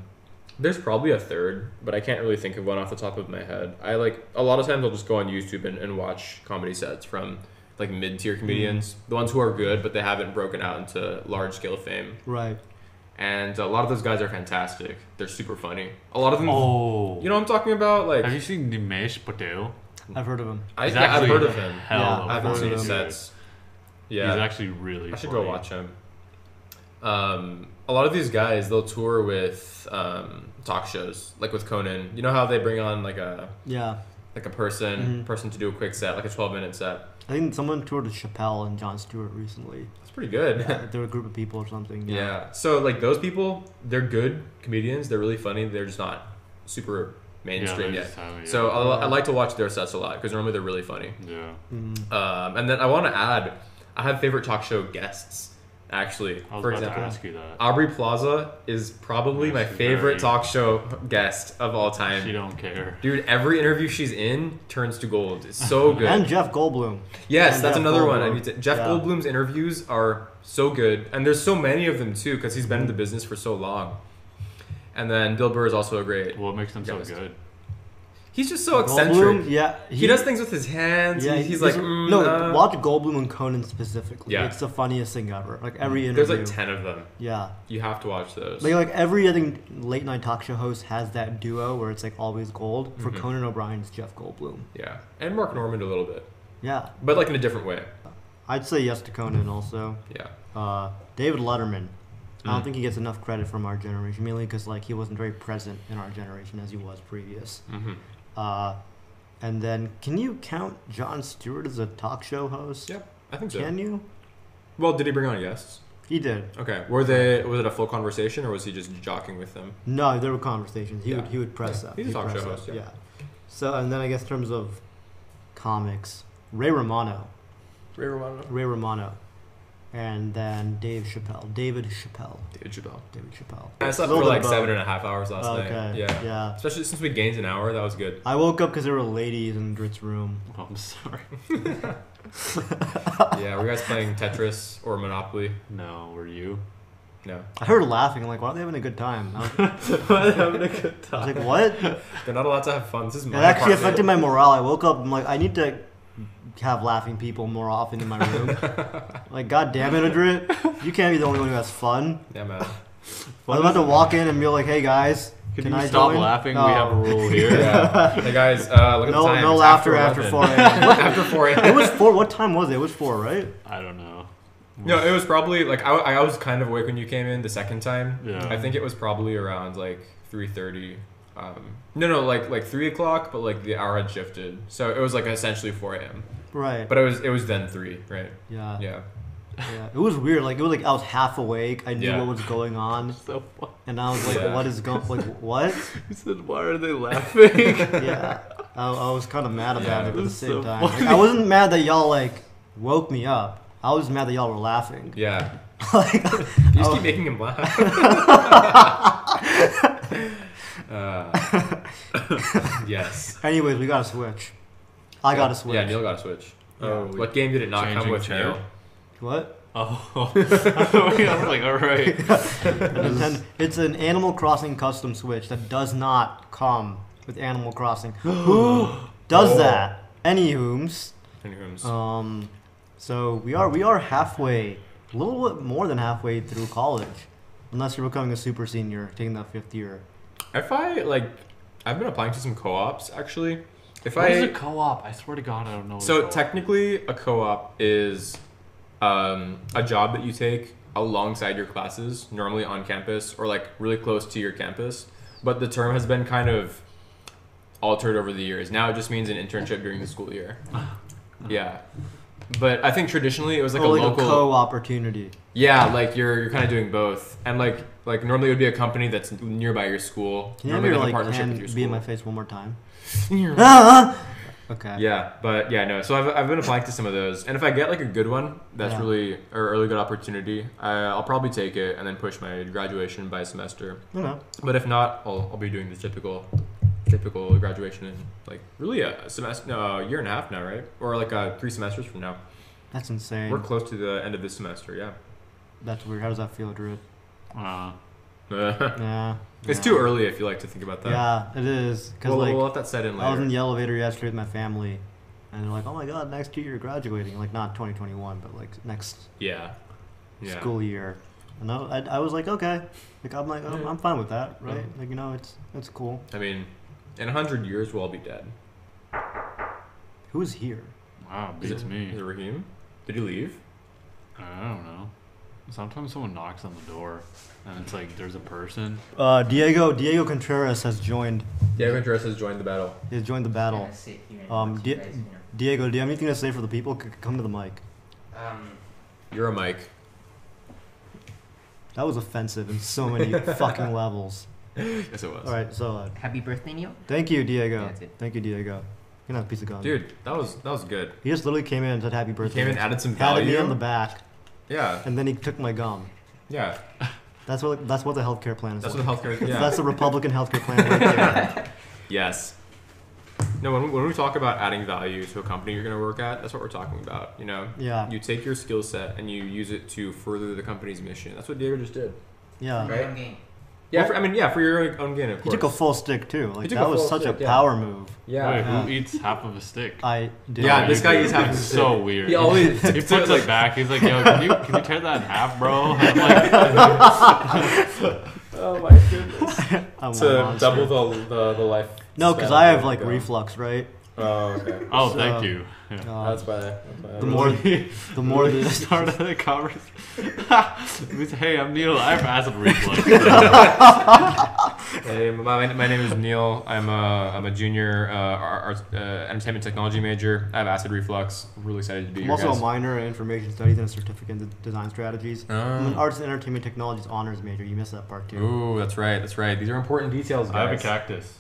there's probably a third, but I can't really think of one off the top of my head. I like a lot of times I'll just go on YouTube and, and watch comedy sets from like mid tier comedians, the ones who are good but they haven't broken out into large scale fame.
Right.
and a lot of those guys are fantastic. They're super funny. A lot of them,
Oh,
you know, what I'm talking about. Like,
have you seen Nimesh Patel?
I've heard of him.
I,
He's
yeah, I've
actually
heard of him.
Hell,
Yeah,
of
I
a
haven't
I've
seen
heard of
funny
his
him.
dude.
sets. Yeah,
He's actually really.
I should
funny.
go watch him. Um, a lot of these guys, they'll tour with um, talk shows, like with Conan. You know how they bring on like a
Yeah,
like a person
Mm-hmm.
Mhm.
person to do a quick set, like a 12 minute set.
I think someone toured with Chappelle and John Stewart recently.
That's pretty good.
Yeah, they were a group of people or something.
Yeah. So like those people, they're good comedians. They're really funny. They're just not super
Yeah,
mainstream
they
yet.
just haven't yet.
So I, I like to watch their sets a lot because normally they're really funny.
yeah.
Mm.
Um, and then I want to add, I have favorite talk show guests. Actually,
I was
for
about
example,
to ask you that.
Aubrey Plaza is probably
Yes,
my
she's
favorite
very-
talk show guest of all
She
time.
don't care.
Dude, every interview she's in turns to gold. It's so good.
And Jeff Goldblum.
Yes,
And
that's
Jeff
another one. I
Goldblum.
need to, Jeff
Yeah.
Goldblum's interviews are so good, and there's so many of them too because he's been in the
Mm-hmm.
business for so long. And then Bill Burr is also a great.
What makes them so
Guest.
good?
He's just so
Goldblum,
eccentric.
yeah,
He, does things with his hands.
Yeah,
Yeah, he's, like mm,
no.
uh.
watch Goldblum and Conan specifically.
Yeah.
it's the funniest thing ever. Like every interview.
There's like ten of them.
Yeah,
You have to watch those.
like like every I think late night talk show host has that duo where it's like always gold. For
Mhm.
Conan O'Brien, it's Jeff Goldblum.
yeah, and Mark Norman a little bit,
Yeah,
but like in a different way.
I'd say yes to Conan also.
Yeah.
Uh, David Letterman. I
Mm.
don't think he gets enough credit from our generation, mainly because like he wasn't very present in our generation as he was previous.
Mm-hmm.
Uh, and then, can you count John Stewart as a talk show host?
Yep, I think so.
Can you?
well, did he bring on guests?
He did.
Okay. Were they? Was it a full conversation, or was he just jockeying with them?
No, there were conversations. He would
Yeah.
he would press
Yeah.
up.
He's a
He'd
talk
press
show
up,
host, yeah.
So and then I guess in terms of comics, Ray Romano,
Ray Romano,
Ray Romano, and then Dave Chappelle, David Chappelle,
David Chappelle.
David Chappelle.
I slept
Little
for
bit
like
above.
seven and a half hours last night.
Okay.
Yeah.
Yeah.
Especially since we gained an hour, that was good.
I woke up because there were ladies in Drit's room.
Oh, I'm sorry.
yeah, were you guys playing Tetris or Monopoly?
No, were you?
No.
I heard her laughing. I'm like, why are they having a good time? I was,
having a good
I was
time.
like, what?
They're not allowed to have fun. This is
It
my
actually
apartment.
affected my morale. I woke up. I'm like, I need to have laughing people more often in my room. like, god damn it, Adrit, you can't be the only one who has fun.
Yeah, man.
I was about to walk in and be like, hey guys,
Can,
can,
you
I
stop
join?
laughing?
No.
We have a rule here.
Yeah. Hey guys, uh, look at
No,
the time.
no
It's
laughter after 4
11.
a.m.
after 4
it
a.m.
was four. What time was it? It was four, right?
I don't know.
No, it was probably like I, I was kind of awake when you came in the second time.
Yeah.
I think it was probably around like three thirty. Um, no, no, like like three o'clock, but like the hour had shifted, so it was like essentially four a.m.
Right.
But it was it was then three, right?
yeah, yeah.
Yeah.
It was weird. Like it was like I was half awake. I knew
Yeah.
what was going on,
So fu-
and I was like,
Yeah.
what is going? Like what?
you said, why are they laughing?
yeah, I, I was kind of mad about
Yeah.
it, but at the
That's
same
so
time, like,
funny.
I wasn't mad that y'all like woke me up. I was mad that y'all were laughing.
Yeah.
like,
You just
Oh.
keep making him laugh. uh, yes.
anyways, we gotta switch. I gotta switch.
Yeah, Neil got a switch.
Oh, we-
what game did it not come
Changing
with
chair?
Neil?
What?
oh, I was like, all right.
A Nintendo- it's an Animal Crossing custom Switch that does not come with Animal Crossing. Who does
Oh.
that? Any whooms.
Anywho's.
Um, so we are we are halfway, a little bit more than halfway through college, unless you're becoming a super senior, taking that fifth year.
If I like, I've been applying to some co-ops actually. If
What
I
is a co-op? I swear to God, I don't know. what a
so
co-op
technically a co-op is um, a job that you take alongside your classes, normally on campus or like really close to your campus. But the term has been kind of altered over the years. Now it just means an internship during the school year. Yeah. But I think traditionally it was like
or
a
like
local
a co opportunity.
Yeah, like you're you're kind of doing both. And like like normally it would be a company that's nearby your school.
Can you have
normally
your like
like a partnership with
hand
your
be in my
school.
face one more time?
Yeah.
Ah! okay.
Yeah, but yeah, no. So I've, I've been applying to some of those, and if I get like a good one, that's
Yeah.
really or a really good opportunity. I, I'll probably take it and then push my graduation by a semester.
You know.
But if not, I'll, I'll be doing the typical typical graduation in like really a semester, no, a year and a half now, right? Or like uh, three semesters from now.
That's insane.
We're close to the end of this semester. Yeah,
That's weird. How does that feel, Drew?
Uh,
Yeah.
it's
yeah.
too early if you like to think about that.
Yeah, it is. Because,
we'll,
like,
we'll let that set in
I was in
later.
the elevator yesterday with my family, and they're like, oh my god, next year you're graduating. Like, not 2021, but, like, next
Yeah, yeah.
school year. And I, I, I was like, okay, like I'm like I'm,
Yeah.
I'm fine with that, right?
Yeah.
Like you know, it's it's cool.
I mean, in a hundred years we'll all be dead.
Who is here?
Wow,
Is
beats
it- Is
me.
it Raheem? Did he leave?
I don't know. Sometimes someone knocks on the door, and it's like there's a person.
Uh, Diego Diego Contreras has joined.
Diego Contreras has joined the battle.
He has joined the battle.
Gonna sit here and
Um,
watch
do
you
you-
guys, you
Diego, do you have anything to say for the people? C- come to the mic.
know. Um,
You're a Mike.
That was offensive in so many fucking levels.
yes, it was.
All right, so uh,
happy birthday, Neil.
thank you, Diego.
Yeah, that's it.
Thank you, Diego. You're not a piece of gum.
Dude, that was that was good.
He just literally came in and said happy
You
birthday.
came and added some
patted me
value.
on the back,
yeah,
and then he took my gum.
yeah.
That's what that's what the healthcare plan is.
That's
like.
what healthcare. Yeah.
That's the Republican healthcare plan right there.
Yes. No, when, when we talk about adding value to a company you're going to work at, that's what we're talking about. You know,
Yeah,
you take your skill set and you use it to further the company's mission. That's what Diego just did.
yeah.
Right.
Your own game.
Yeah, for, I mean, yeah, for your own gain, of
He
course.
took a full stick too. Like
took
that
a
was
full
such
stick,
a
yeah.
power move.
yeah.
Wait,
Yeah.
who eats half of a stick?
I did.
Yeah,
Oh,
this
you
guy
do.
eats half of a
It's
stick.
So weird.
He always
He puts it
like,
back. He's like, "Yo, can you can you tear that in half, bro?" And I'm like,
Oh my goodness.
I'm a
to
monster.
double the, the, the life.
No, because
span
I
of
have
the
like
gum.
reflux, right?
Oh, okay.
"Oh,
So-
thank you." Yeah.
Um,
That's why. That's why I
the
was-
more the more
the
this.
start of the conversation. He was, hey, I'm Neil. I have acid reflux.
Hey, my, my- my name is Neil. I'm a, I'm a junior uh, ar- arts, uh, entertainment technology major. I have acid reflux. I'm really excited to be
I'm
here.
also
guys.
a minor in information studies and a certificate in design strategies. I'm an
Oh.
arts and entertainment technologies honors major. You missed that part too.
Ooh, that's right. That's right. These are important details,
I
guys.
have a cactus.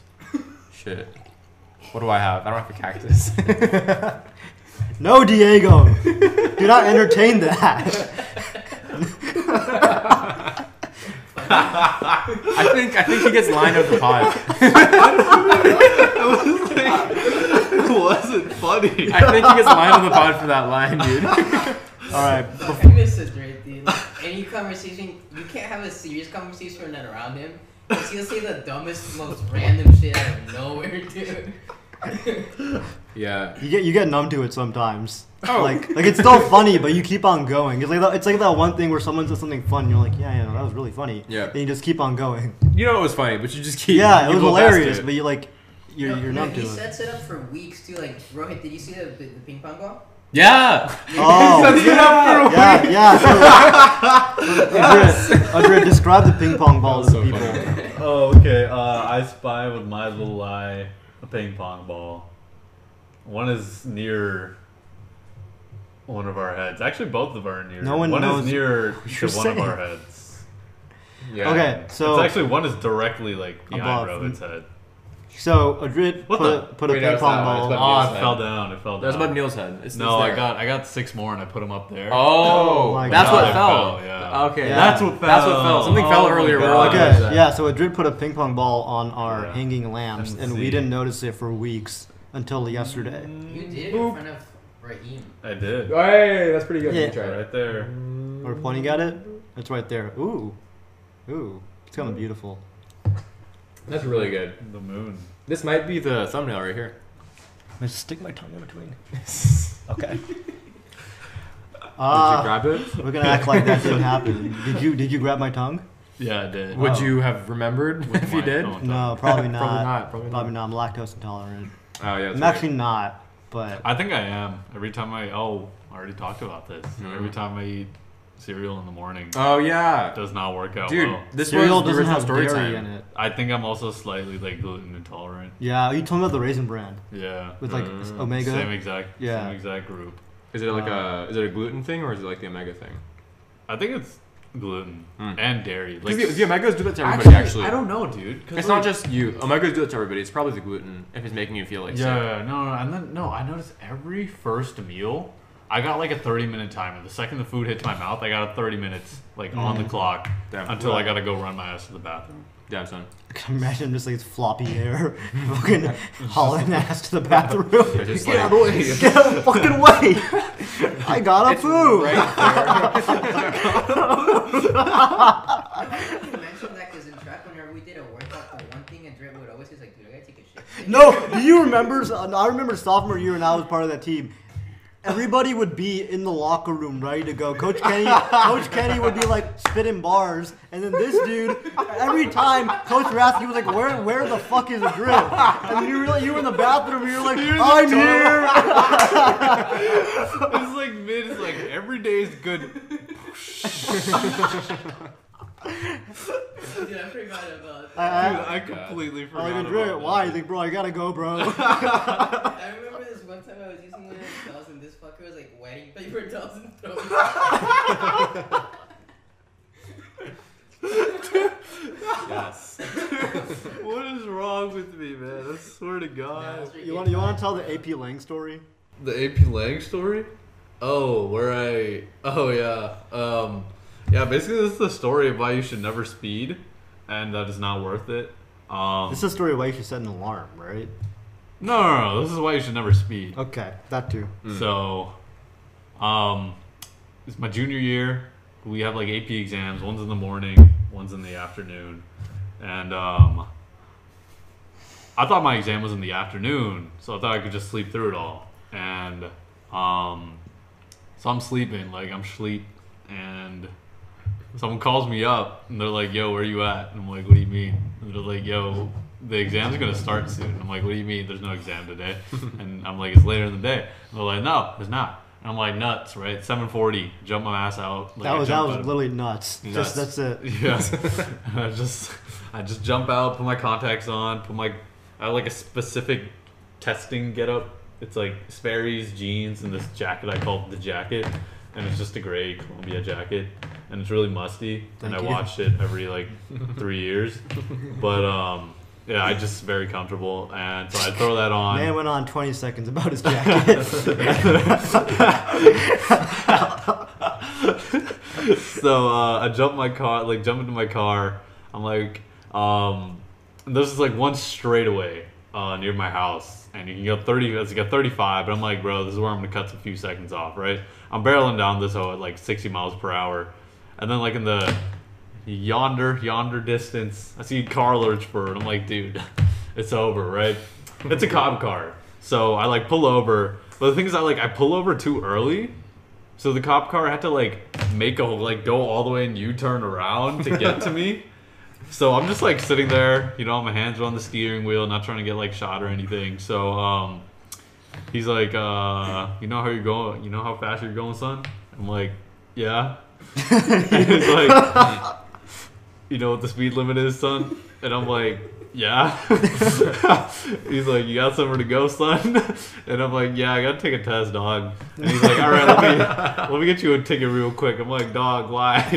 Shit. What do I have? I don't have a cactus.
No, Diego, do not entertain that.
I think I think he gets line of the pod.
it wasn't funny.
I think he gets line of the pod for that line, dude.
All right,
This is right, dude. Like, any conversation, you can't have a serious conversation with anyone around him. Cause he'll say the dumbest, most random shit out of nowhere, dude.
Yeah.
you get you get numb to it sometimes.
Oh.
Like like it's still funny, but you keep on going. It's like that, it's like that one thing where someone says something fun, you're like, yeah, yeah, that was really funny.
Yeah.
And you just keep on going.
You know it was funny, but you just keep.
Yeah, it
you
was
blow past
hilarious,
it.
but you like you're
No,
you're
no,
numb to
He
it.
sets it up for weeks too. Like Rohit, did you see the, the, the ping pong ball?
yeah.
Oh.
Set it up for a
Yeah, yeah. So, Andrea, Andrea, describe the ping pong ball to
That
the
was
people.
so funny.
Oh, okay. Uh, I spy with my little eye a ping pong ball. One is near one of our heads. Actually, both of our are near.
No one
one
knows
is near to
you're
one of our
saying.
heads.
Yeah.
Okay, so
it's actually one is directly like behind
Above.
Robin's head.
so Adrid
What
put
the-
a, put a
Wait, no,
ping
it's
pong
that one,
ball.
it's
Oh,
Neil's
it
head.
fell down. It fell
That was
down.
above Neil's head. It's,
no,
it's
I
there.
got I got six more and I put them up there.
Oh
Oh,
my
that's
God.
what
It
fell.
fell, yeah.
Okay,
Yeah.
that's what fell. That's what fell. Something
Oh
fell
my
earlier.
God.
We're all
Okay,
aware of that.
yeah. So Adrid put a ping pong ball on our
Yeah.
hanging lamps,
Let's
and
see.
we didn't notice it for weeks until yesterday.
You did it in
Boop.
front of Raheem.
I did.
Hey, that's pretty good.
Yeah.
You tried it.
Right there.
We're pointing at it. It's right there. Ooh, ooh. It's kind of beautiful.
That's really good.
The moon.
This might be the thumbnail right here.
I stick my tongue in between.
Did
Okay.
you
Ah,
grab it?
we're gonna act like that didn't happen. Did you? Did you grab my tongue?
Yeah, I did.
Would
Oh.
you have remembered
With
if you
my
did?
phone.
No, probably not.
Probably not. Probably
Probably
not.
not. I'm lactose intolerant.
Oh yeah.
I'm
that's right.
actually not, but
I think I am. Every time I oh, I already talked about this.
Mhm.
Every time I eat cereal in the morning,
Oh
it
yeah,
does not work out
dude.
well.
This
cereal
was the
doesn't
original
have
story
dairy
time.
in it.
I think I'm also slightly like gluten intolerant.
Yeah, you told me about the raisin brand
Yeah.
with like
Mm.
s- omega.
Same exact
Yeah.
same exact group.
Is it like
Uh,
a is it a gluten thing or is it like the omega thing?
I think it's gluten
Mm.
and dairy. Like
Because the, the omegas do that to everybody. Actually,
I don't know, dude. 'cause,
It's not
like-
just you. Omegas do it to everybody. It's probably the gluten if it's making you feel like
yeah,
sick.
yeah, no, no, and then no. I noticed every first meal, I got like a thirty minute timer. The second the food hits my mouth, I got a thirty minutes like on the clock
Damn.
until I gotta go run my ass to the bathroom.
Damn son.
I can imagine just like its floppy hair, fucking hauling ass to the bathroom. Get
It's just
out
like
of the way! Get out of the fucking way! I got a
It's
poo.
right there.
I only mentioned that because in track, whenever we did a workout, the one thing Andrea would always say is like, dude, I gotta take a shit.
No, do you remember? I remember sophomore year, and I was part of that team. everybody would be in the locker room ready to go. Coach Kenny, Coach Kenny would be like spitting bars, and then this dude, every time Coach Rasky was like, "Where, where the fuck is Drew?" And then you were like, you were in the bathroom, you were like,
You're in the
"I'm
toilet."
here."
It's like mid. It's like every day is good.
Dude, I forgot about
I,
that.
Dude,
I,
I completely
I,
forgot.
like,
about
Drew,
that.
why? He's like, "Bro, I gotta go, bro."
I remember this one time I was using one of those dolls and this fucker was like wetting paper dolls and throwing them.
Yes.
What is wrong with me, man? I swear to God.
You want, you want to tell the AP Lang story?
The AP Lang story?
Oh, where I? Oh yeah. Um, yeah. Basically, this is the story of why you should never speed, and that is not worth it. Um,
This is a story why you should set an alarm, right?
no, no, no. This is why you should never speed.
Okay, that too.
So, um, it's my junior year. We have like AP exams. One's in the morning, one's in the afternoon, and um, I thought my exam was in the afternoon, so I thought I could just sleep through it all. And um, so I'm sleeping, like I'm sleep, and someone calls me up and they're like, "Yo, where you at?" And I'm like, "What do you mean?" And they're like, "Yo, the exam's gonna start soon." And I'm like, "What do you mean? There's no exam today." And I'm like, "It's later in the day." And they're like, "No, it's not." And I'm like, "Nuts, right? 7:40, jump my ass out." Like,
that
I
was that
jumped
was
out of-
literally nuts. Just
Nuts.
that's it.
yeah. I just I just jump out, put my contacts on, put my I have like a specific testing getup. It's like Sperry's jeans and this jacket I call it the jacket, and it's just a gray Columbia jacket, and it's really musty.
Thank
and
you.
I watched it every like three years, but um. Yeah, I just very comfortable, and so I throw that on.
Man went on 20 seconds about his jacket.
so uh, I jump in my car, like jump into my car. I'm like, um, and this is like one straightaway uh, near my house, and you can go 30. It's like a 35, but I'm like, bro, this is where I'm gonna cut a few seconds off, right? I'm barreling down this hill at like 60 miles per hour, and then like in the yonder, yonder distance, I see Carl Lurchford. I'm like, dude, it's over, right? It's a cop car. So I like pull over. But the thing is, I like I pull over too early, so the cop car had to like make a like go all the way and U turn around to get to me. So I'm just like sitting there, you know, my hands are on the steering wheel, not trying to get like shot or anything. So um, he's like, uh, you know how you're going, you know how fast you're going, son. I'm like, yeah. And he's like, you know what the speed limit is, son. And I'm like, yeah. he's like, you got somewhere to go, son. And I'm like, yeah, I gotta take a test, dog. And he's like, all right, let me let me get you a ticket real quick. I'm like, dog, why?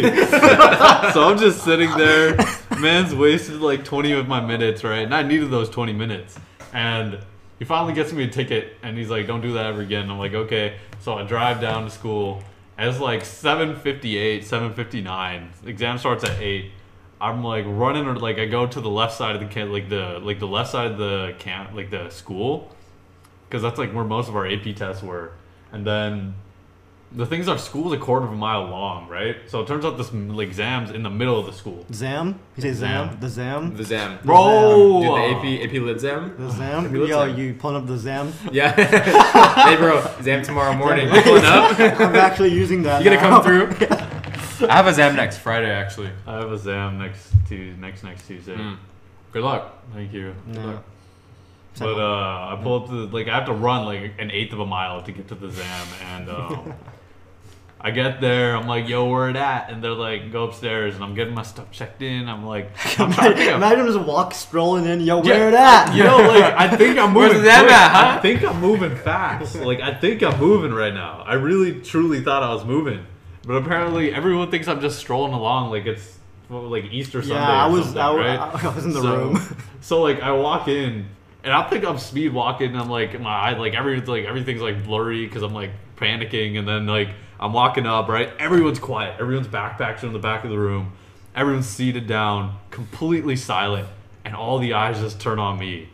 so I'm just sitting there. Man's wasted like 20 of my minutes, right? And I needed those 20 minutes. And he finally gets me a ticket, and he's like, "Don't do that ever again." And I'm like, "Okay." So I drive down to school. And it's like 7:58, 7:59. Exam starts at eight. I'm like running, or like I go to the left side of the camp, like the like the left side of the camp, like the school, because that's like where most of our AP tests were. And then the things our school's a quarter of a mile long, right? So it turns out this m- exam's in the middle of the school.
Zam? You say Zam?
Zam.
The Zam?
The Zam.
Bro,
Dude, the AP, AP Lit Zam?
The Zam?
What's
Yo,
that?
you pulling up the Zam?
Yeah. hey, bro. Zam tomorrow morning. You pulling up?
I'm actually using that.
You gonna
now.
come through? I have a Zam next Friday, actually.
I have a exam next Tuesday, next next Tuesday.
Mm. Good luck.
Thank you.
No.
But uh, I pull up to the, like I have to run like an eighth of a mile to get to the Zam, and um, I get there. I'm like, "Yo, where it at?" And they're like, "Go upstairs." And I'm getting my stuff checked in. I'm like, "I'm trying to think of-
Imagine him just walk strolling in. Yo,
Yeah.
where it at?
Yo, like I think I'm
Where's
moving.
the Zam
quick.
at, huh?
I think I'm moving fast. Like I think I'm moving right now. I really truly thought I was moving, but apparently everyone thinks I'm just strolling along like it's well, like Easter Sunday.
Yeah, I
or
was,
something,
I, wa-
right?
I was in the
so,
room.
so like I walk in and I think I'm speed walking and I'm like my eye like every like everything's like blurry because I'm like panicking and then like I'm walking up right. Everyone's quiet. Everyone's backpacks are in the back of the room. Everyone's seated down, completely silent, and all the eyes just turn on me.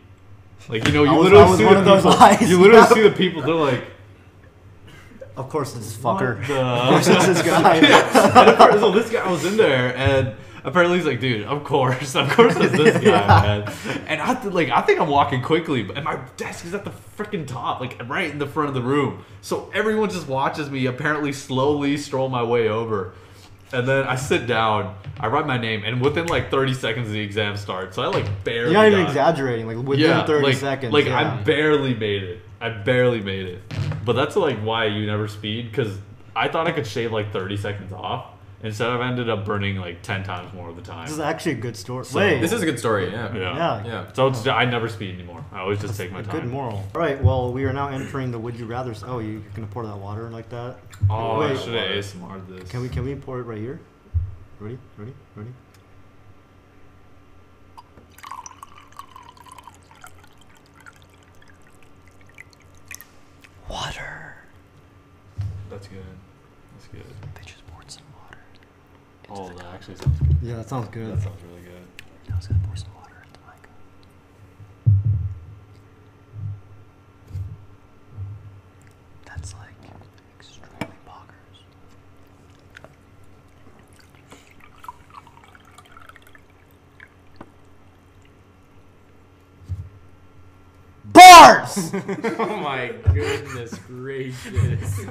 Like you know, you
I was-
literally
I was
see
one
the
of those
people.
eyes.
You literally see the people. They're like,
Of course, it's this
what
fucker.
the-
Of course, it's this guy.
and of course, so this guy was in there, and Apparently he's like, dude, of course, of course it's this guy, man. And I th- like, I think I'm walking quickly, but and my desk is at the freaking top, like right in the front of the room. So everyone just watches me apparently slowly stroll my way over. And then I sit down, I write my name, and within like 30 seconds the exam starts. So I like barely
You're not even
got it
exaggerating. Like within 30
like,
seconds.
Like
yeah.
I barely made it. I barely made it. But that's like why you never speed because I thought I could shave like thirty seconds off. Instead, I've ended up burning like ten times more of the time.
This is actually a good story.
So-
Wait.
This is a good story, yeah.
yeah.
yeah.
Yeah.
So it's, I never speed anymore. I always just take my
A
time.
good moral. All right. Well, we are now entering the would you rather. s- Oh, you, you're gonna pour that water in like that.
Oh, I
Wait.
should have ASMR'd this.
Can we can we pour it right here? Ready? Ready? Ready? Water.
That's good. That's good.
They just poured some water.
Oh, that actually sounds.
Yeah, that sounds good.
That sounds really good.
I was gonna pour some water into my cup. That's like extremely bonkers. Bars!
oh my goodness gracious.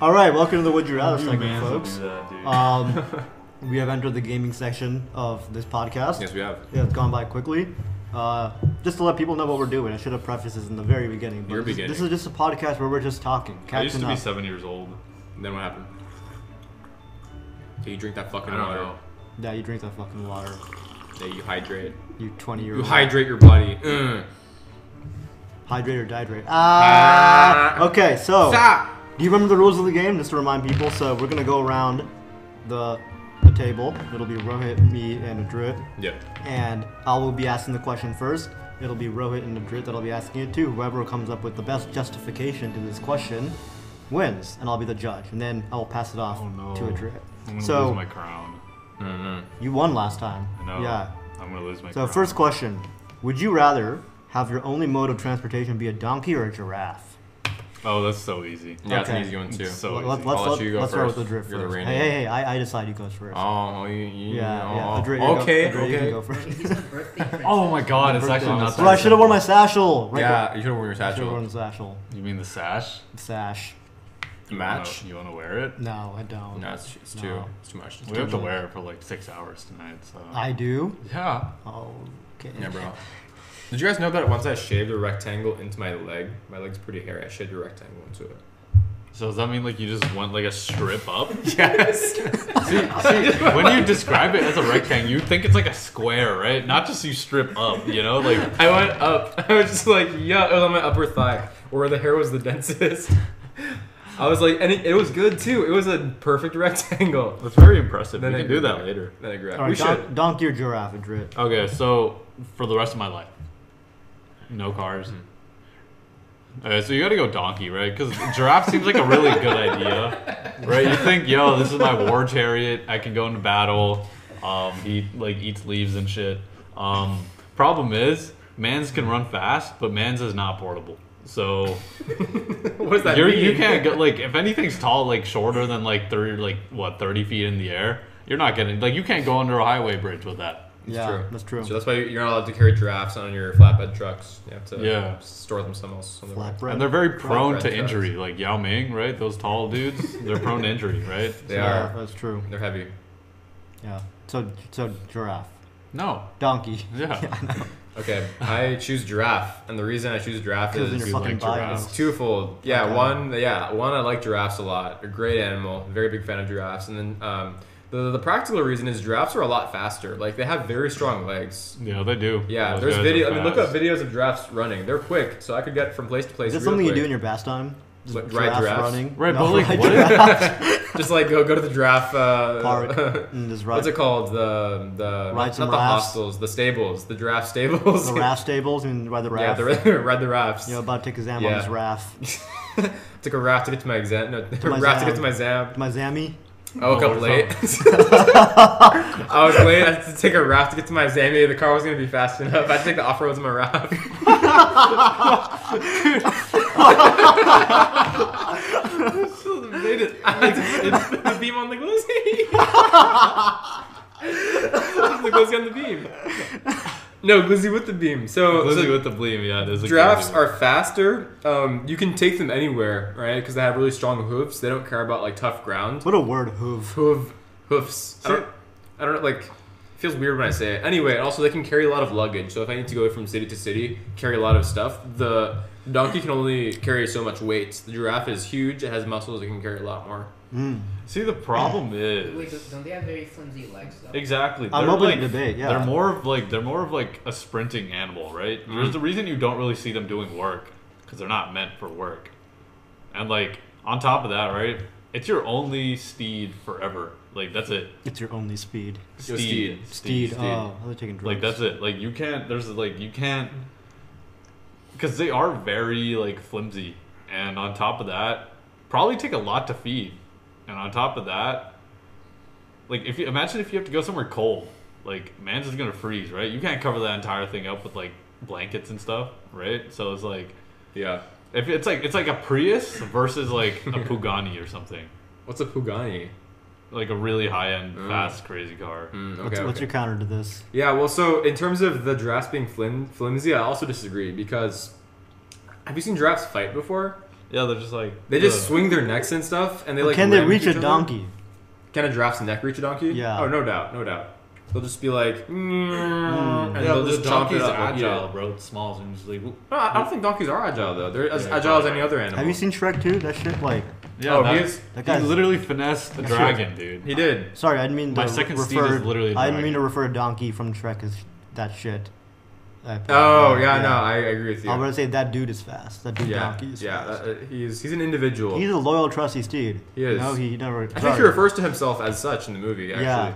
All right, welcome to the Would You Rather
You
segment,
mans will
folks.
do that, dude.
Um, we have entered the gaming section of this podcast.
yes, we have.
Yeah, it's gone by quickly. Uh, just to let people know what we're doing, I should have prefaced this in the very beginning. But
Your
this, is- this
beginning.
is just a podcast where we're just talking,
I used
catching
to be
up.
seven years old.
And then what happened? So you drink that
I
fucking
don't
water.
know.
yeah, you drink that fucking water.
That you hydrate.
You twenty year
You
old.
hydrate your body. Mm.
Hydrate or dihydrate. Ah. okay,
Oh.
so
Stop!
do you remember the rules of the game? Just to remind people. So we're gonna go around the the table. It'll be Rohit, me, and Adrit.
Yeah.
and I will be asking the question first. It'll be Rohit and Madrid that'll be asking it too. Whoever comes up with the best justification to this question wins, and I'll be the judge. And then I will pass it off
Oh no.
to Madrid.
I'm gonna
So
lose my crown.
Mm-hmm.
you won last time.
I know.
Yeah.
I'm gonna lose my.
So
crown.
first question: Would you rather have your only mode of transportation be a donkey or a giraffe?
Oh, that's so easy.
Yeah, it's an
Okay.
easy one too.
So-
Let- let's
easy.
I'll
let's,
let
let,
you go
us start with
first.
Adrit
You're the
first. Hey,
reigning.
hey, hey! I, I decide you goes first.
Oh, you, you,
Yeah, yeah.
oh.
Adrit, you go-
okay,
Adrit, you
okay.
can go first.
He's a birthday princess.
Oh my god, it's
Birthday.
actually not
Bro, I
that.
should have worn my satchel. Right
yeah, you should have worn your
I should have worn
satchel.
the satchel.
You mean the sash?
Sash.
Match?
You wanna- You want to wear it?
No, I don't.
No, it's, it's too
No.
it's too much. It's
We
too
have to
much.
wear it for like six hours tonight. So.
I do.
yeah.
Okay.
Yeah, bro. Did you guys know that once I shaved a rectangle into my leg, my leg's pretty hairy. I shaved a rectangle into it.
So does that mean like you just want like a strip up?
Yes.
when you describe it as a rectangle, you think it's like a square, right? Not just you strip up. You know, like
I went up. I was just like, yeah, it was on my upper thigh, where the hair was the densest. I was like, and it, it was good too. It was a perfect rectangle.
that's very impressive.
Then
we
I
can do
grew
that
back.
later.
Then I grew out.
All right,
we
don-
should. Oh,
donkey or giraffe, Adrit.
Okay, so for the rest of my life, no cars.
Mm-hmm.
Okay, so you gotta go donkey, right? Because giraffe seems like a really good idea, right? You think, yo, this is my war chariot. I can go into battle. Um, he like eats leaves and shit. Um, problem is, man's can run fast, but man's is not portable. So
What does that
you're,
mean?
you can't go like if anything's tall, like shorter than like thirty, like what thirty feet in the air. You're not getting like you can't go under a highway bridge with that.
It's
yeah,
true.
that's true.
So that's why you're not allowed to carry giraffes on your flatbed trucks. You have to
Yeah.
store them somewhere else. somewhere else.
Flatbread.
And they're very prone
Flatbread
to
fries.
injury, like Yao Ming, right? Those tall dudes, they're prone to injury, right?
They
yeah,
are.
That's true.
They're heavy.
Yeah. So so giraffe,
No.
donkey.
Yeah.
Okay, I choose giraffe, and the reason I choose giraffe
Because in your
is
you
fucking
like
bio.
giraffes.
it's twofold. Yeah,
Okay.
one, yeah, one. I like giraffes a lot. They're a great animal. Very big fan of giraffes. And then um, the the practical reason is giraffes are a lot faster. Like they have very strong legs.
Yeah, they do.
Yeah,
Those
there's
guys
video.
are
I mean, look up
fast.
videos of giraffes running. They're quick, so I could get from place to
Is
place.
that
real
something you
quick.
do in your bath time? Just
Like, ride
giraffe
giraffes?
running.
Right,
No,
but like,
ride
what if-
giraffe
Just like go go to the giraffe uh,
park and Mm, just ride
What's it called? The the
Rides
not
and
the
rafts.
hostels, the stables, the giraffe stables.
the raft stables and ride the
yeah,
raft.
the, ride the rafts.
you know, about to take a exam on
Yeah.
this raft.
Took a raft to get to my exam. No,
my
raft
exam.
to get to my exam.
My zammy.
I woke
Oh,
up late. I was late. I had to take a raft to get to my exam. Maybe the car wasn't gonna be fast enough. I had to take the off roads in my raft. I had to put the beam on the glizzy. the glizzy on the beam. No, glizzy with the beam. So,
Glizzy
Oh, so
with the bleem, yeah. There's a
drafts
glizzy.
are faster. Um, you can take them anywhere, right? Because they have really strong hoofs. They don't care about like tough ground.
What a word, hoof.
Hoof, hoofs. I
So-
don't, I don't know, like. it Feels weird when I say it. Anyway, and also they can carry a lot of luggage. So if I need to go from city to city, carry a lot of stuff. The donkey can only carry so much weight. The giraffe is huge. It has muscles. It can carry a lot more.
Mm.
See, the problem is
Wait, don't- don't they have very flimsy legs though?
exactly.
I'm
they're
open
like-
to debate. Yeah.
They're more of like they're more of like a sprinting animal, right?
Mm-hmm.
There's the reason you don't really see them doing work because they're not meant for work. And like on top of that, right? It's your only steed forever. Like that's it.
It's your only speed.
Yo, steed.
Steed.
steed.
Oh, they're taking drugs.
Like that's it. Like you can't. There's like you can't. Because they are very like flimsy, and on top of that, probably take a lot to feed, and on top of that, like if you imagine if you have to go somewhere cold, like man's just gonna freeze, right? You can't cover that entire thing up with like blankets and stuff, right? So it's like
Yeah.
if it's like it's like a Prius versus like a Pugani or something,
What's a Pugani?
like a really high end,
Mm.
fast, crazy car.
Mm, okay,
What's, what's
okay.
your counter to this?
Yeah, well, so in terms of the giraffes being flim- flimsy, I also disagree because have you seen giraffes fight before?
Yeah, they're just like
They just
ugh.
swing their necks and stuff, and they
But
like.
can they
ram
reach
each
a
other.
donkey?
Can a giraffe's neck reach a donkey?
Yeah.
Oh, no doubt, no doubt. They'll just be like, "Mm, and
Mm. Yeah,
they'll
but
just
the
chomp it
donkeys
up.
are
and eat it.
agile, bro. It's small, so you just like, whoop.
No, I I don't think donkeys are agile though. They're as
Yeah,
agile as any other animal.
Have you seen Shrek 2? That shit, like.
Yeah,
Oh,
that,
he's-
that
he
guy's-
literally finessed the dragon, dude.
He did.
Sorry, I didn't mean
My
to
second
refer,
Steve is literally a
I didn't mean
dragon.
to refer to donkey from Shrek as that shit. I
Oh
apologize.
yeah, no, I, I agree with you.
I would say that dude is fast. That dude
yeah,
donkey is
yeah,
fast.
uh, he's he's an individual.
He's a loyal, trusty steed.
He is.
No, he never.
I think
sorry.
he refers to himself as such in the movie, actually.
Yeah.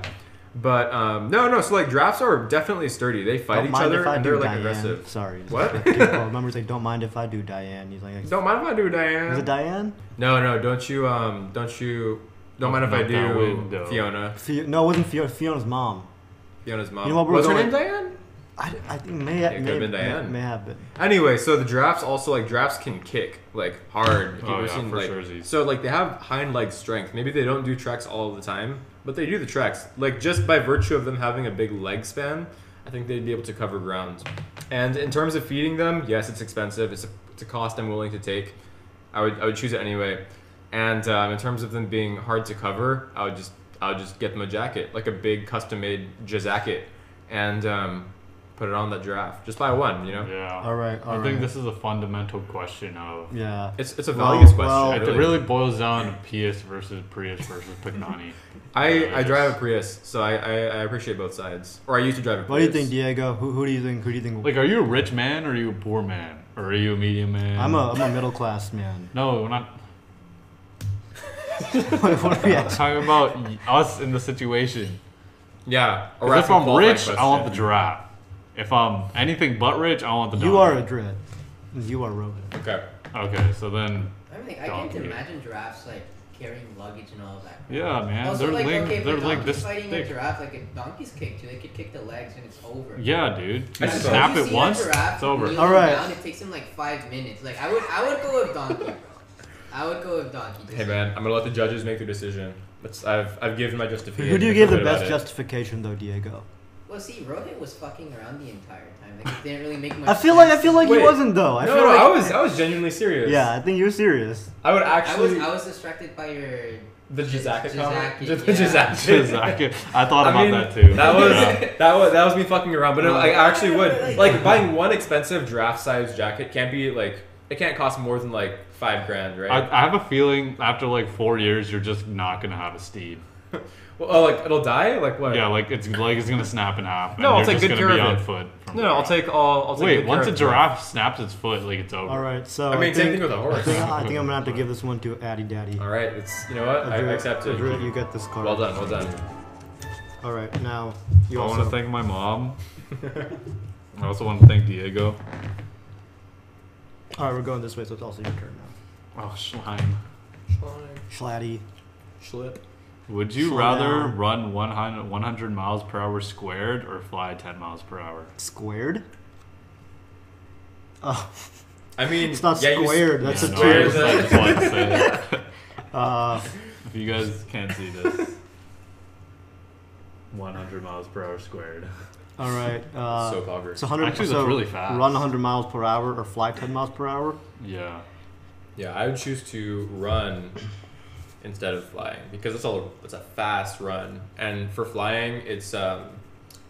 But um, no, no. So like giraffes are definitely sturdy. They fight
Don't
each
mind
other
if I
and
do,
they're like
Diane.
aggressive.
Sorry.
What?
Remember, like, don't mind if I do, Diane. He's like,
Don't mind if I do,
is it
Diane.
Diane?
No, no. Don't you um, don't you, don't mind if I
Knock that
do,
window.
Fiona.
Fio- no, it wasn't Fiona, Fiona's mom.
Fiona's mom.
You know what,
was her
we're
name Diane?
I, I think may,
could've
may,
been Diane.
may, may have been.
Anyway, so the giraffes also like giraffes can kick like hard. If
Oh,
you've ever
yeah,
seen,
for
like-
sure, Z.
So like they have hind leg strength. Maybe they don't do treks all the time, but they do the treks. Like just by virtue of them having a big leg span, I think they'd be able to cover ground. And in terms of feeding them, yes, it's expensive. It's a, it's a cost I'm willing to take. I would I would choose it anyway. And um, in terms of them being hard to cover, I would just I would just get them a jacket, like a big custom made jacket, and um, put it on that giraffe just by one, you know.
Yeah.
All right, all
I think
right.
this is a fundamental question of.
Yeah.
It's, it's a
Well,
values
well-
question.
It
really.
really boils down to Prius versus Prius versus Pignani.
I, I
Yes.
drive a Prius, so I, I, I appreciate both sides. Or I used to drive a Prius.
What do you think, Diego? Who, who do you think? Who do you think?
like, are you a rich man or are you a poor man? Or are you a medium man?
I'm a I'm a middle class man.
No, we're not
what are we actually?
talking about y- us in the situation.
Yeah.
'Cause
or ask
if
a
I'm
qualifying
rich, I want the
question.
giraffe. If I'm anything but rich, I want the
You are a
donkey.
dread. You are Roman.
Okay.
Okay, so then.
I mean, I
Donkey.
can't imagine giraffes like carrying luggage and all that.
Yeah, man.
also,
they're
like,
linked.
okay, if
they're
a
like
donkey's
this
fighting a
thick.
giraffe, like if donkeys kick too, they could kick the legs and it's over.
Yeah, dude. You
I just-
snap
Have you
it
seen a
once,
giraffe
it's over.
kneeling
All right.
down? it takes him like five minutes. Like I would, I would go with donkey. bro. I would go with donkey. just-
Hey, man, I'm going to let the judges make their decision. Let's, I've, I've given my justification.
Who do you give the
Forget about
best
it.
justification though, Diego?
Well, see, Rohit was fucking around the entire time. Like it didn't really make much.
I feel like I
sense.
feel like
Wait.
he wasn't though. I
no,
feel
no,
like
I, was, I was genuinely serious.
yeah. I think you're serious.
I would
I was,
actually.
I was distracted by your.
the Jizaka
Jizaki,
comment?
yeah.
The Jizaka.
Exactly. I thought about
I mean,
that too.
That was
Yeah.
that was that was me fucking around, but it, like, I actually would
Like-
like buying one expensive draft size jacket can't be like it can't cost more than like five grand, right?
I, I have a feeling after like four years, you're just not gonna have a steed.
well, oh, like it'll die, like what?
Yeah, like its leg is gonna snap in half.
No, I'll
and
take
you're just
good care
gonna be
of it.
on foot. from
No, no, I'll
there.
take all. I'll take
Wait,
good
once
care
a
of them.
giraffe snaps its foot, like it's over.
All right, so
I mean, same
think,
thing with a
I
horse.
think, I think I'm gonna have to give this one to Addy Daddy.
All right, it's you know what I
Adria-
accept it.
Adria, you get this card.
Well done, well done.
All right, now you
I
also.
want to thank my mom. I also want to thank Diego.
All right, we're going this way, so it's also your turn now.
Oh, slime.
Schlatty.
Schlip.
Would you
Slow
rather
down.
run 100, 100 miles per hour squared or fly 10 miles per hour?
Squared? Oh,
I mean,
it's not
yeah, you s-
squared. That's
Yeah,
a
no, I
two.
cheers.
just- I just wanted to say that.
Uh,
If you guys can't see this, 100 miles per hour squared.
All right. Uh,
so poggers.
so 100
Actually,
so
that's really fast.
run 100 miles per hour or fly 10 miles per hour.
Yeah.
Yeah, I would choose to run instead of flying because it's all it's a fast run, and for flying, it's um,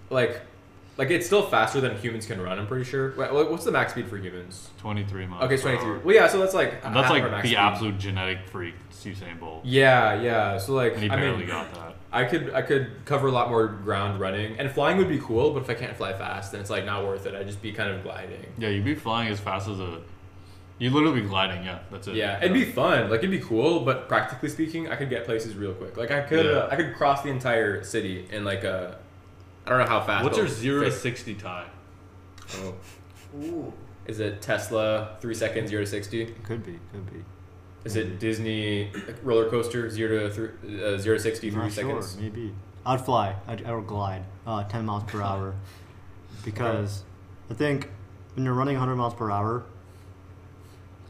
like, like it's still faster than humans can run. I'm pretty sure. Wha- wha- What's the max speed for humans?
23 miles.
Okay, it's
per
23.
hour.
Well, yeah, so that's like
And that's
half our
like
max
the
speed.
absolute genetic freak, Usain Bolt.
Yeah, yeah. So like,
And he
I
barely
mean,
got that.
I could I could cover a lot more ground running, and flying would be cool. But if I can't fly fast, then it's like not worth it. I'd just be kind of gliding.
Yeah, you'd be flying as fast as a. You'd literally be gliding. Yeah, that's it.
Yeah, it'd be fun. Like it'd be cool, but practically speaking, I could get places real quick. Like I could,
Yeah.
uh, I could cross the entire city in like a, I don't know how fast.
What's
but
your zero to
fit-
sixty time?
oh.
Ooh.
Is it Tesla three seconds zero to sixty?
Could be. Could be.
Is
Mm-hmm.
it Disney like, roller coaster zero to three, uh, zero to sixty three
Not sure.
seconds?
Maybe. I'd fly. I'd, I would glide uh, 10 miles per hour because I think when you're running 100 miles per hour,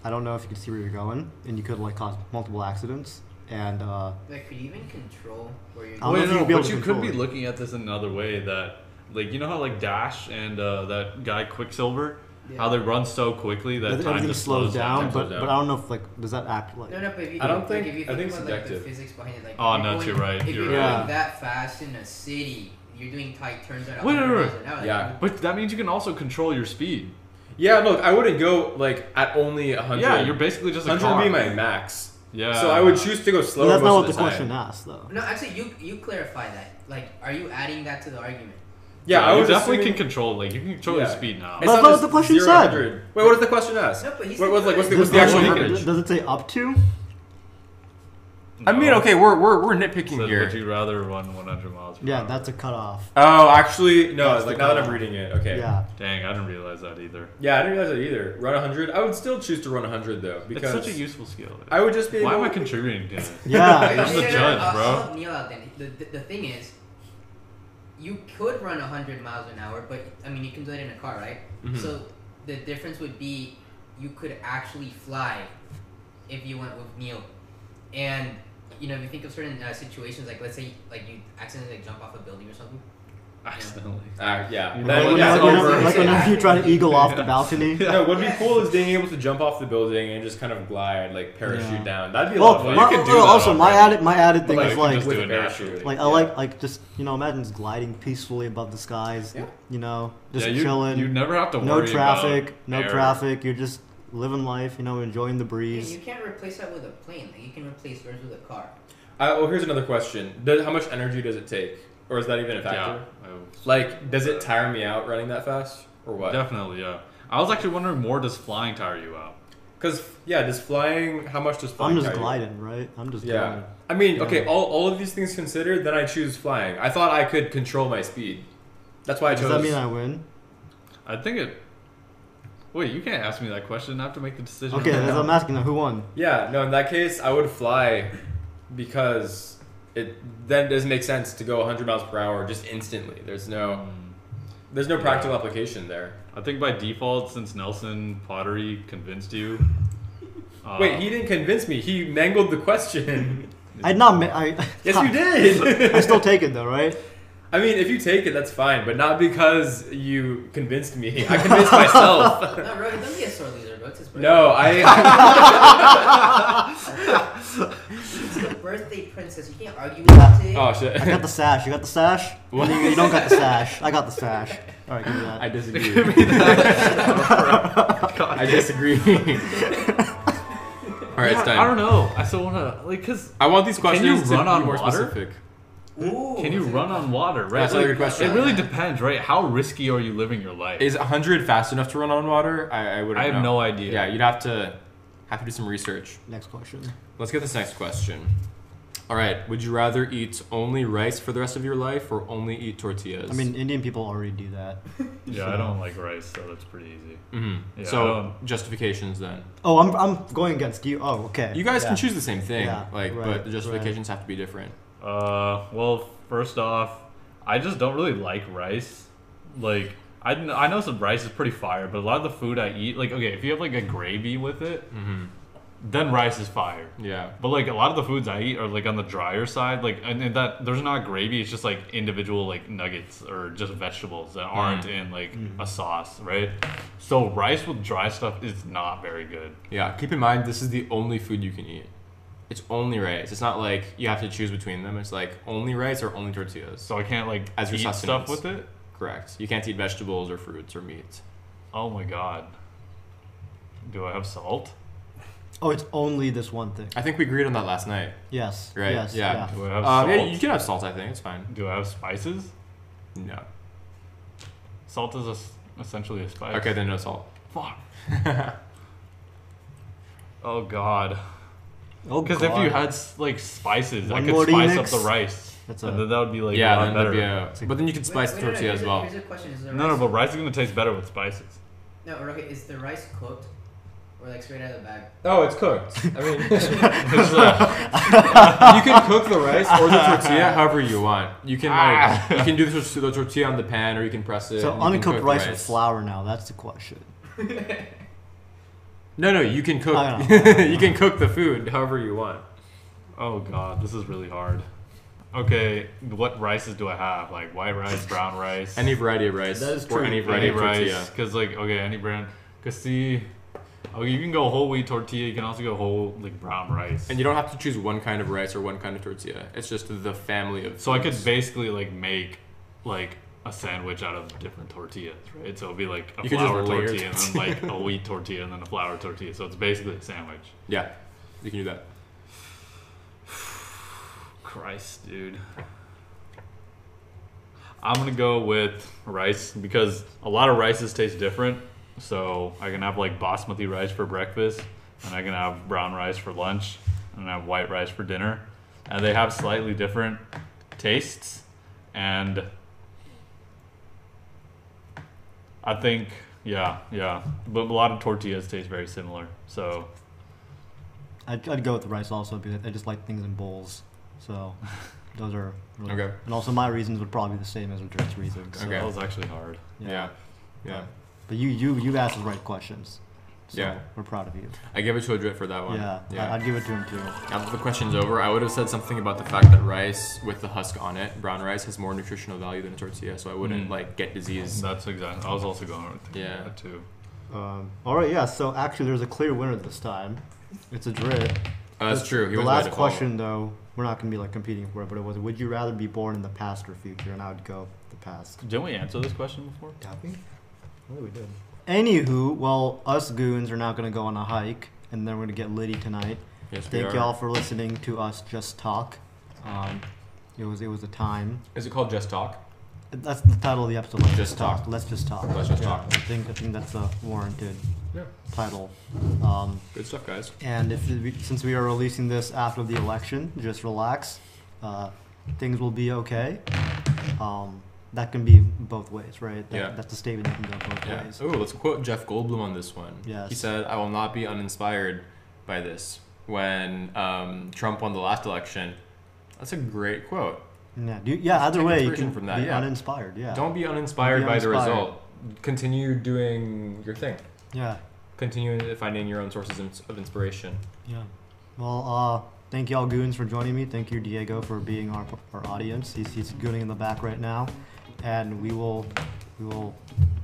I don't know if you can see where you're going, and you could like cause multiple accidents. And uh,
Like, could you even control where you're
I don't know
Wait,
if
no,
you'd be able
but
to
you could be
control it.
looking at this in another way. That like you know how like Dash and uh, that guy Quicksilver, how they run so quickly that
everything
time
everything
just
slows down,
down.
but
Slows
but
down.
I don't know if like does that act like
No, no, but if you
I don't
like,
think-
if you
I
think,
think it's
about like, the
subjective.
physics behind it, like
Oh,
if
no,
going-
you're right,
If
you're
you're
right.
going
Yeah.
that fast in a city, you're doing tight turns at
Wait, wait,
100 miles
wait.
an hour.
Yeah.
Like,
But that means you can also control your speed.
Yeah, look, I wouldn't go like at only hundred.
Yeah, you're basically just a
hundred
car.
would be my max.
Yeah.
So I would choose to go slower.
But that's not
most
what the,
of the time.
question asks though.
No, actually, you you clarify that. Like, are you adding that to the argument?
Yeah, I
you
was
definitely
assuming-
can control. Like you can control
Yeah.
your speed now.
But I
not
thought
just
the question
zero to
said.
100. Wait, what did the question ask?
No, but he
what, what's, like, what's, the, what's
Does,
the actual
does-
acreage?
does it say up to?
No.
I mean, okay, we're we're, we're nitpicking
Said,
here.
would you rather run 100 miles? Per
Yeah,
hour?
that's a cutoff.
Oh, actually, no.
That's
like
the
now that
goal.
I'm reading it, okay.
Yeah.
Dang, I didn't realize that either.
Yeah, I didn't realize that either. Run 100. I would still choose to run 100 though because
it's such a useful skill.
I would just be.
Why am
able-
I contributing to this?
Yeah.
I'm the
Yeah,
judge,
I'll-
bro.
I'll help Neil out then. The, the, the thing is, you could run 100 miles an hour, but I mean, you can do it in a car, right?
Mm-hmm.
Mhm.
So the difference would be you could actually fly if you went with Neil. And, you know, if you think of certain uh, situations, like let's say like you accidentally jump off a building or something.
Accidentally.
Ah, yeah.
You
Like,
That-
know,
when-
yeah,
like,
it's
when-
over.
like whenever you try to eagle off the balcony.
No, what'd be cool is being able to jump off the building and just kind of glide, like parachute
Yeah.
down. That'd be a lot
Well,
of fun.
my-
You could do
well,
that
also my
already.
added my added thing is
Like,
Like, you can
like
just
with
do
a
it
parachute.
naturally.
Like I
Yeah.
like like just you know imagine just gliding peacefully above the skies.
Yeah.
You know, just
yeah, you,
chilling.
You never have to worry
no traffic,
about
no
air.
traffic. You're just living life. You know, enjoying the
Yeah,
breeze.
you can't replace that with a plane. Like you can replace yours with a car.
I, oh, here's another question: does, How much energy does it take, or is that even a
Yeah, Oh.
factor?
I would-
Like, does it tire me out running that fast, or what?
definitely. Yeah, I was actually wondering more. Does flying tire you out?
Because yeah, does flying? How much does flying?
I'm just
tire you?
gliding, right? I'm just
Yeah.
gliding.
I mean,
Yeah.
okay, all, all of these things considered, then I choose flying. I thought I could control my speed. That's why I
Does
chose.
that mean I win?
I think it. Wait, you can't ask me that question. I have to make the decision.
Okay,
right
that's
now.
what I'm asking. Who won?
yeah, no, in that case, I would fly because it then it doesn't make sense to go 100 miles per hour just instantly. There's no
Mm.
there's no practical application there.
I think by default, since Nelson Pottery convinced you. Uh,
Wait, he didn't convince me. He mangled the question.
I not. ma- I
yes, you did.
I still take it though, right?
I mean, if you take it, that's fine, but not because you convinced me. I convinced myself.
No, bro, don't be a sore loser, bro. It's his birthday.
no, I
It's your birthday, princess. You can't argue with that today.
Oh shit.
I got the sash. You got the sash. You, you don't got the sash. I got the sash. All right, give me that.
I disagree.
God.
I disagree. All right, it's time.
I don't know. I still wanna like, cause
I want these
Can
questions
you
to
run
be
on
more
water?
specific.
Ooh,
Oh, can you
that's a
run
good
on water? Right.
That's a
Like,
good question.
It really depends, right? How risky are you living your life?
Is 100 fast enough to run on water? I, I would.
I have no idea.
Yeah, you'd have to have to do some research.
Next question.
Let's get this next question. All right, would you rather eat only rice for the rest of your life or only eat tortillas?
I mean, Indian people already do that.
Yeah, I don't like rice, so that's pretty easy.
Mhm.
Yeah, I
so
don't-
justifications then.
Oh, I'm I'm going against you. Oh, okay.
You guys
Yeah.
can choose the same thing,
Yeah,
like,
right,
but the justifications have to be different.
Uh, well, first off, I just don't really like rice. Like, I, kn- I
Mm-hmm.
know some rice is pretty fire, but a lot of the food I eat, like, okay, if you have like a gravy with it, then rice is fire.
Yeah.
But like a lot of the foods I eat are like on the drier side, like and and that there's not gravy. It's just like individual like nuggets or just vegetables that aren't
Mm-hmm.
in like a sauce, right? So rice with dry stuff is not very good.
Yeah. Keep in mind, this is the only food you can eat. It's only rice. It's not like you have to choose between them. It's like only rice or only tortillas.
So I can't like
As your
eat stuff
sustenance.
with it.
Correct. You can't eat vegetables or fruits or meat.
Oh my god. Do I have salt?
Oh, it's only this one thing.
I think we agreed on that last night,
Yes.
right?
Yes.
yeah.
Do I have
Um, yeah,
salt?
you can have salt. I think it's fine.
Do I have spices?
No.
Salt is a s essentially a spice.
Okay, then no salt.
Fuck. oh god.
Oh,
Because if you had s- like spices,
One
I could
more
spice
remix.
up the rice,
That's
and
a-
then that would be like a
yeah,
lot
then
better.
that'd be a, but then you can spice
Wait,
the
wait, no, no,
tortilla as
here's a-
well.
here's a question. Is the
no, no,
rice-
but rice is gonna taste better with spices.
No, or okay, is the rice cooked or like straight out of the bag?
Oh, it's cooked. I mean,
It's, uh,
you can cook the rice or the tortilla however you want. You can
Ah.
like you can do the, tor- the tortilla on the pan, or you can press it.
so
and you can
uncooked
cook the
rice, with flour now. That's the question.
No, no, you can cook.
I
you can cook the food however you want.
oh god, this is really hard. Okay, what rices do I have? Like white rice, brown rice,
Any variety of rice
That is
or
true.
any variety
any
of tortilla.
rice? Because like okay, any brand. Cause see, oh, you can go whole wheat tortilla. You can also go whole like brown rice.
And you don't have to choose one kind of rice or one kind of tortilla. It's just the family of.
So I could
foods.
basically like make like a sandwich out of different tortillas, right? So it'd be like a
You could just
flour
layer
tortilla and then like a wheat tortilla and then a flour tortilla. So it's basically a sandwich.
Yeah, you can do that.
Christ, dude. I'm gonna go with rice because a lot of rices taste different. So I can have like basmati rice for breakfast, and I can have brown rice for lunch, and I have white rice for dinner, and they have slightly different tastes. And I think, yeah, yeah, but a lot of tortillas taste very similar. So
I'd, I'd go with the rice also because I just like things in bowls. So those are really,
Okay.
And also my reasons would probably be the same as Richard's reasons. So,
Okay.
that was actually hard.
Yeah.
Yeah, yeah.
But you you you asked the right questions. So
Yeah.
We're proud of you.
I gave it to Adrit for that one.
Yeah. I-
yeah.
I'd give it to him too.
Now that the question's over, I would have said something about the fact that rice with the husk on it, brown rice, has more nutritional value than a tortilla, so I wouldn't
Mm.
like get Uh, disease.
That's exactly. I was also going with thinking
Yeah.
that too.
Um, all right. Yeah. So actually, there's a clear winner this time. It's a drit.
Uh, that's true. He
the
was
last
right to follow.
question, though, we're not going to be like competing for it, but it was: Would you rather be born in the past or future? And I would go the past.
Didn't we answer this question before?
Happy? What we did. Anywho, well, us goons are now going to go on a hike, and then we're going to get litty tonight.
Yes, we
Thank
are.
y'all for listening to us just talk. Um, it was it was a time.
Is it called Just Talk?
That's the title of the episode. Let's
Just Talk.
Let's just talk.
Let's just
Yeah,
talk.
I think I think that's a warranted
Yeah.
title. Um,
Good stuff, guys.
and if since we are releasing this after the election, just relax. Uh, things will be okay. Um, that can be both ways, right? That,
Yeah.
That's a statement that can go both
Yeah.
ways.
Oh, let's quote Jeff Goldblum on this one.
Yes.
He said, "I will not be uninspired by this." When um, Trump won the last election, that's a great quote.
Yeah. Do, yeah. Either
Take
way, you
inspiration
can
from that,
be
yeah.
uninspired. Yeah.
Don't be uninspired by the
uninspired.
result. Continue doing your thing.
Yeah.
Continue finding your own sources of- of inspiration.
Yeah. Well, uh, thank y'all goons for joining me. Thank you, Diego, for being our, our audience. He's, he's gooning in the back right now, and we will we will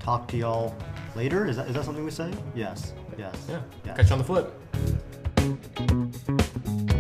talk to y'all later. Is that is that something we say? Yes. Yes.
Yeah.
Yes.
Catch you on the flip.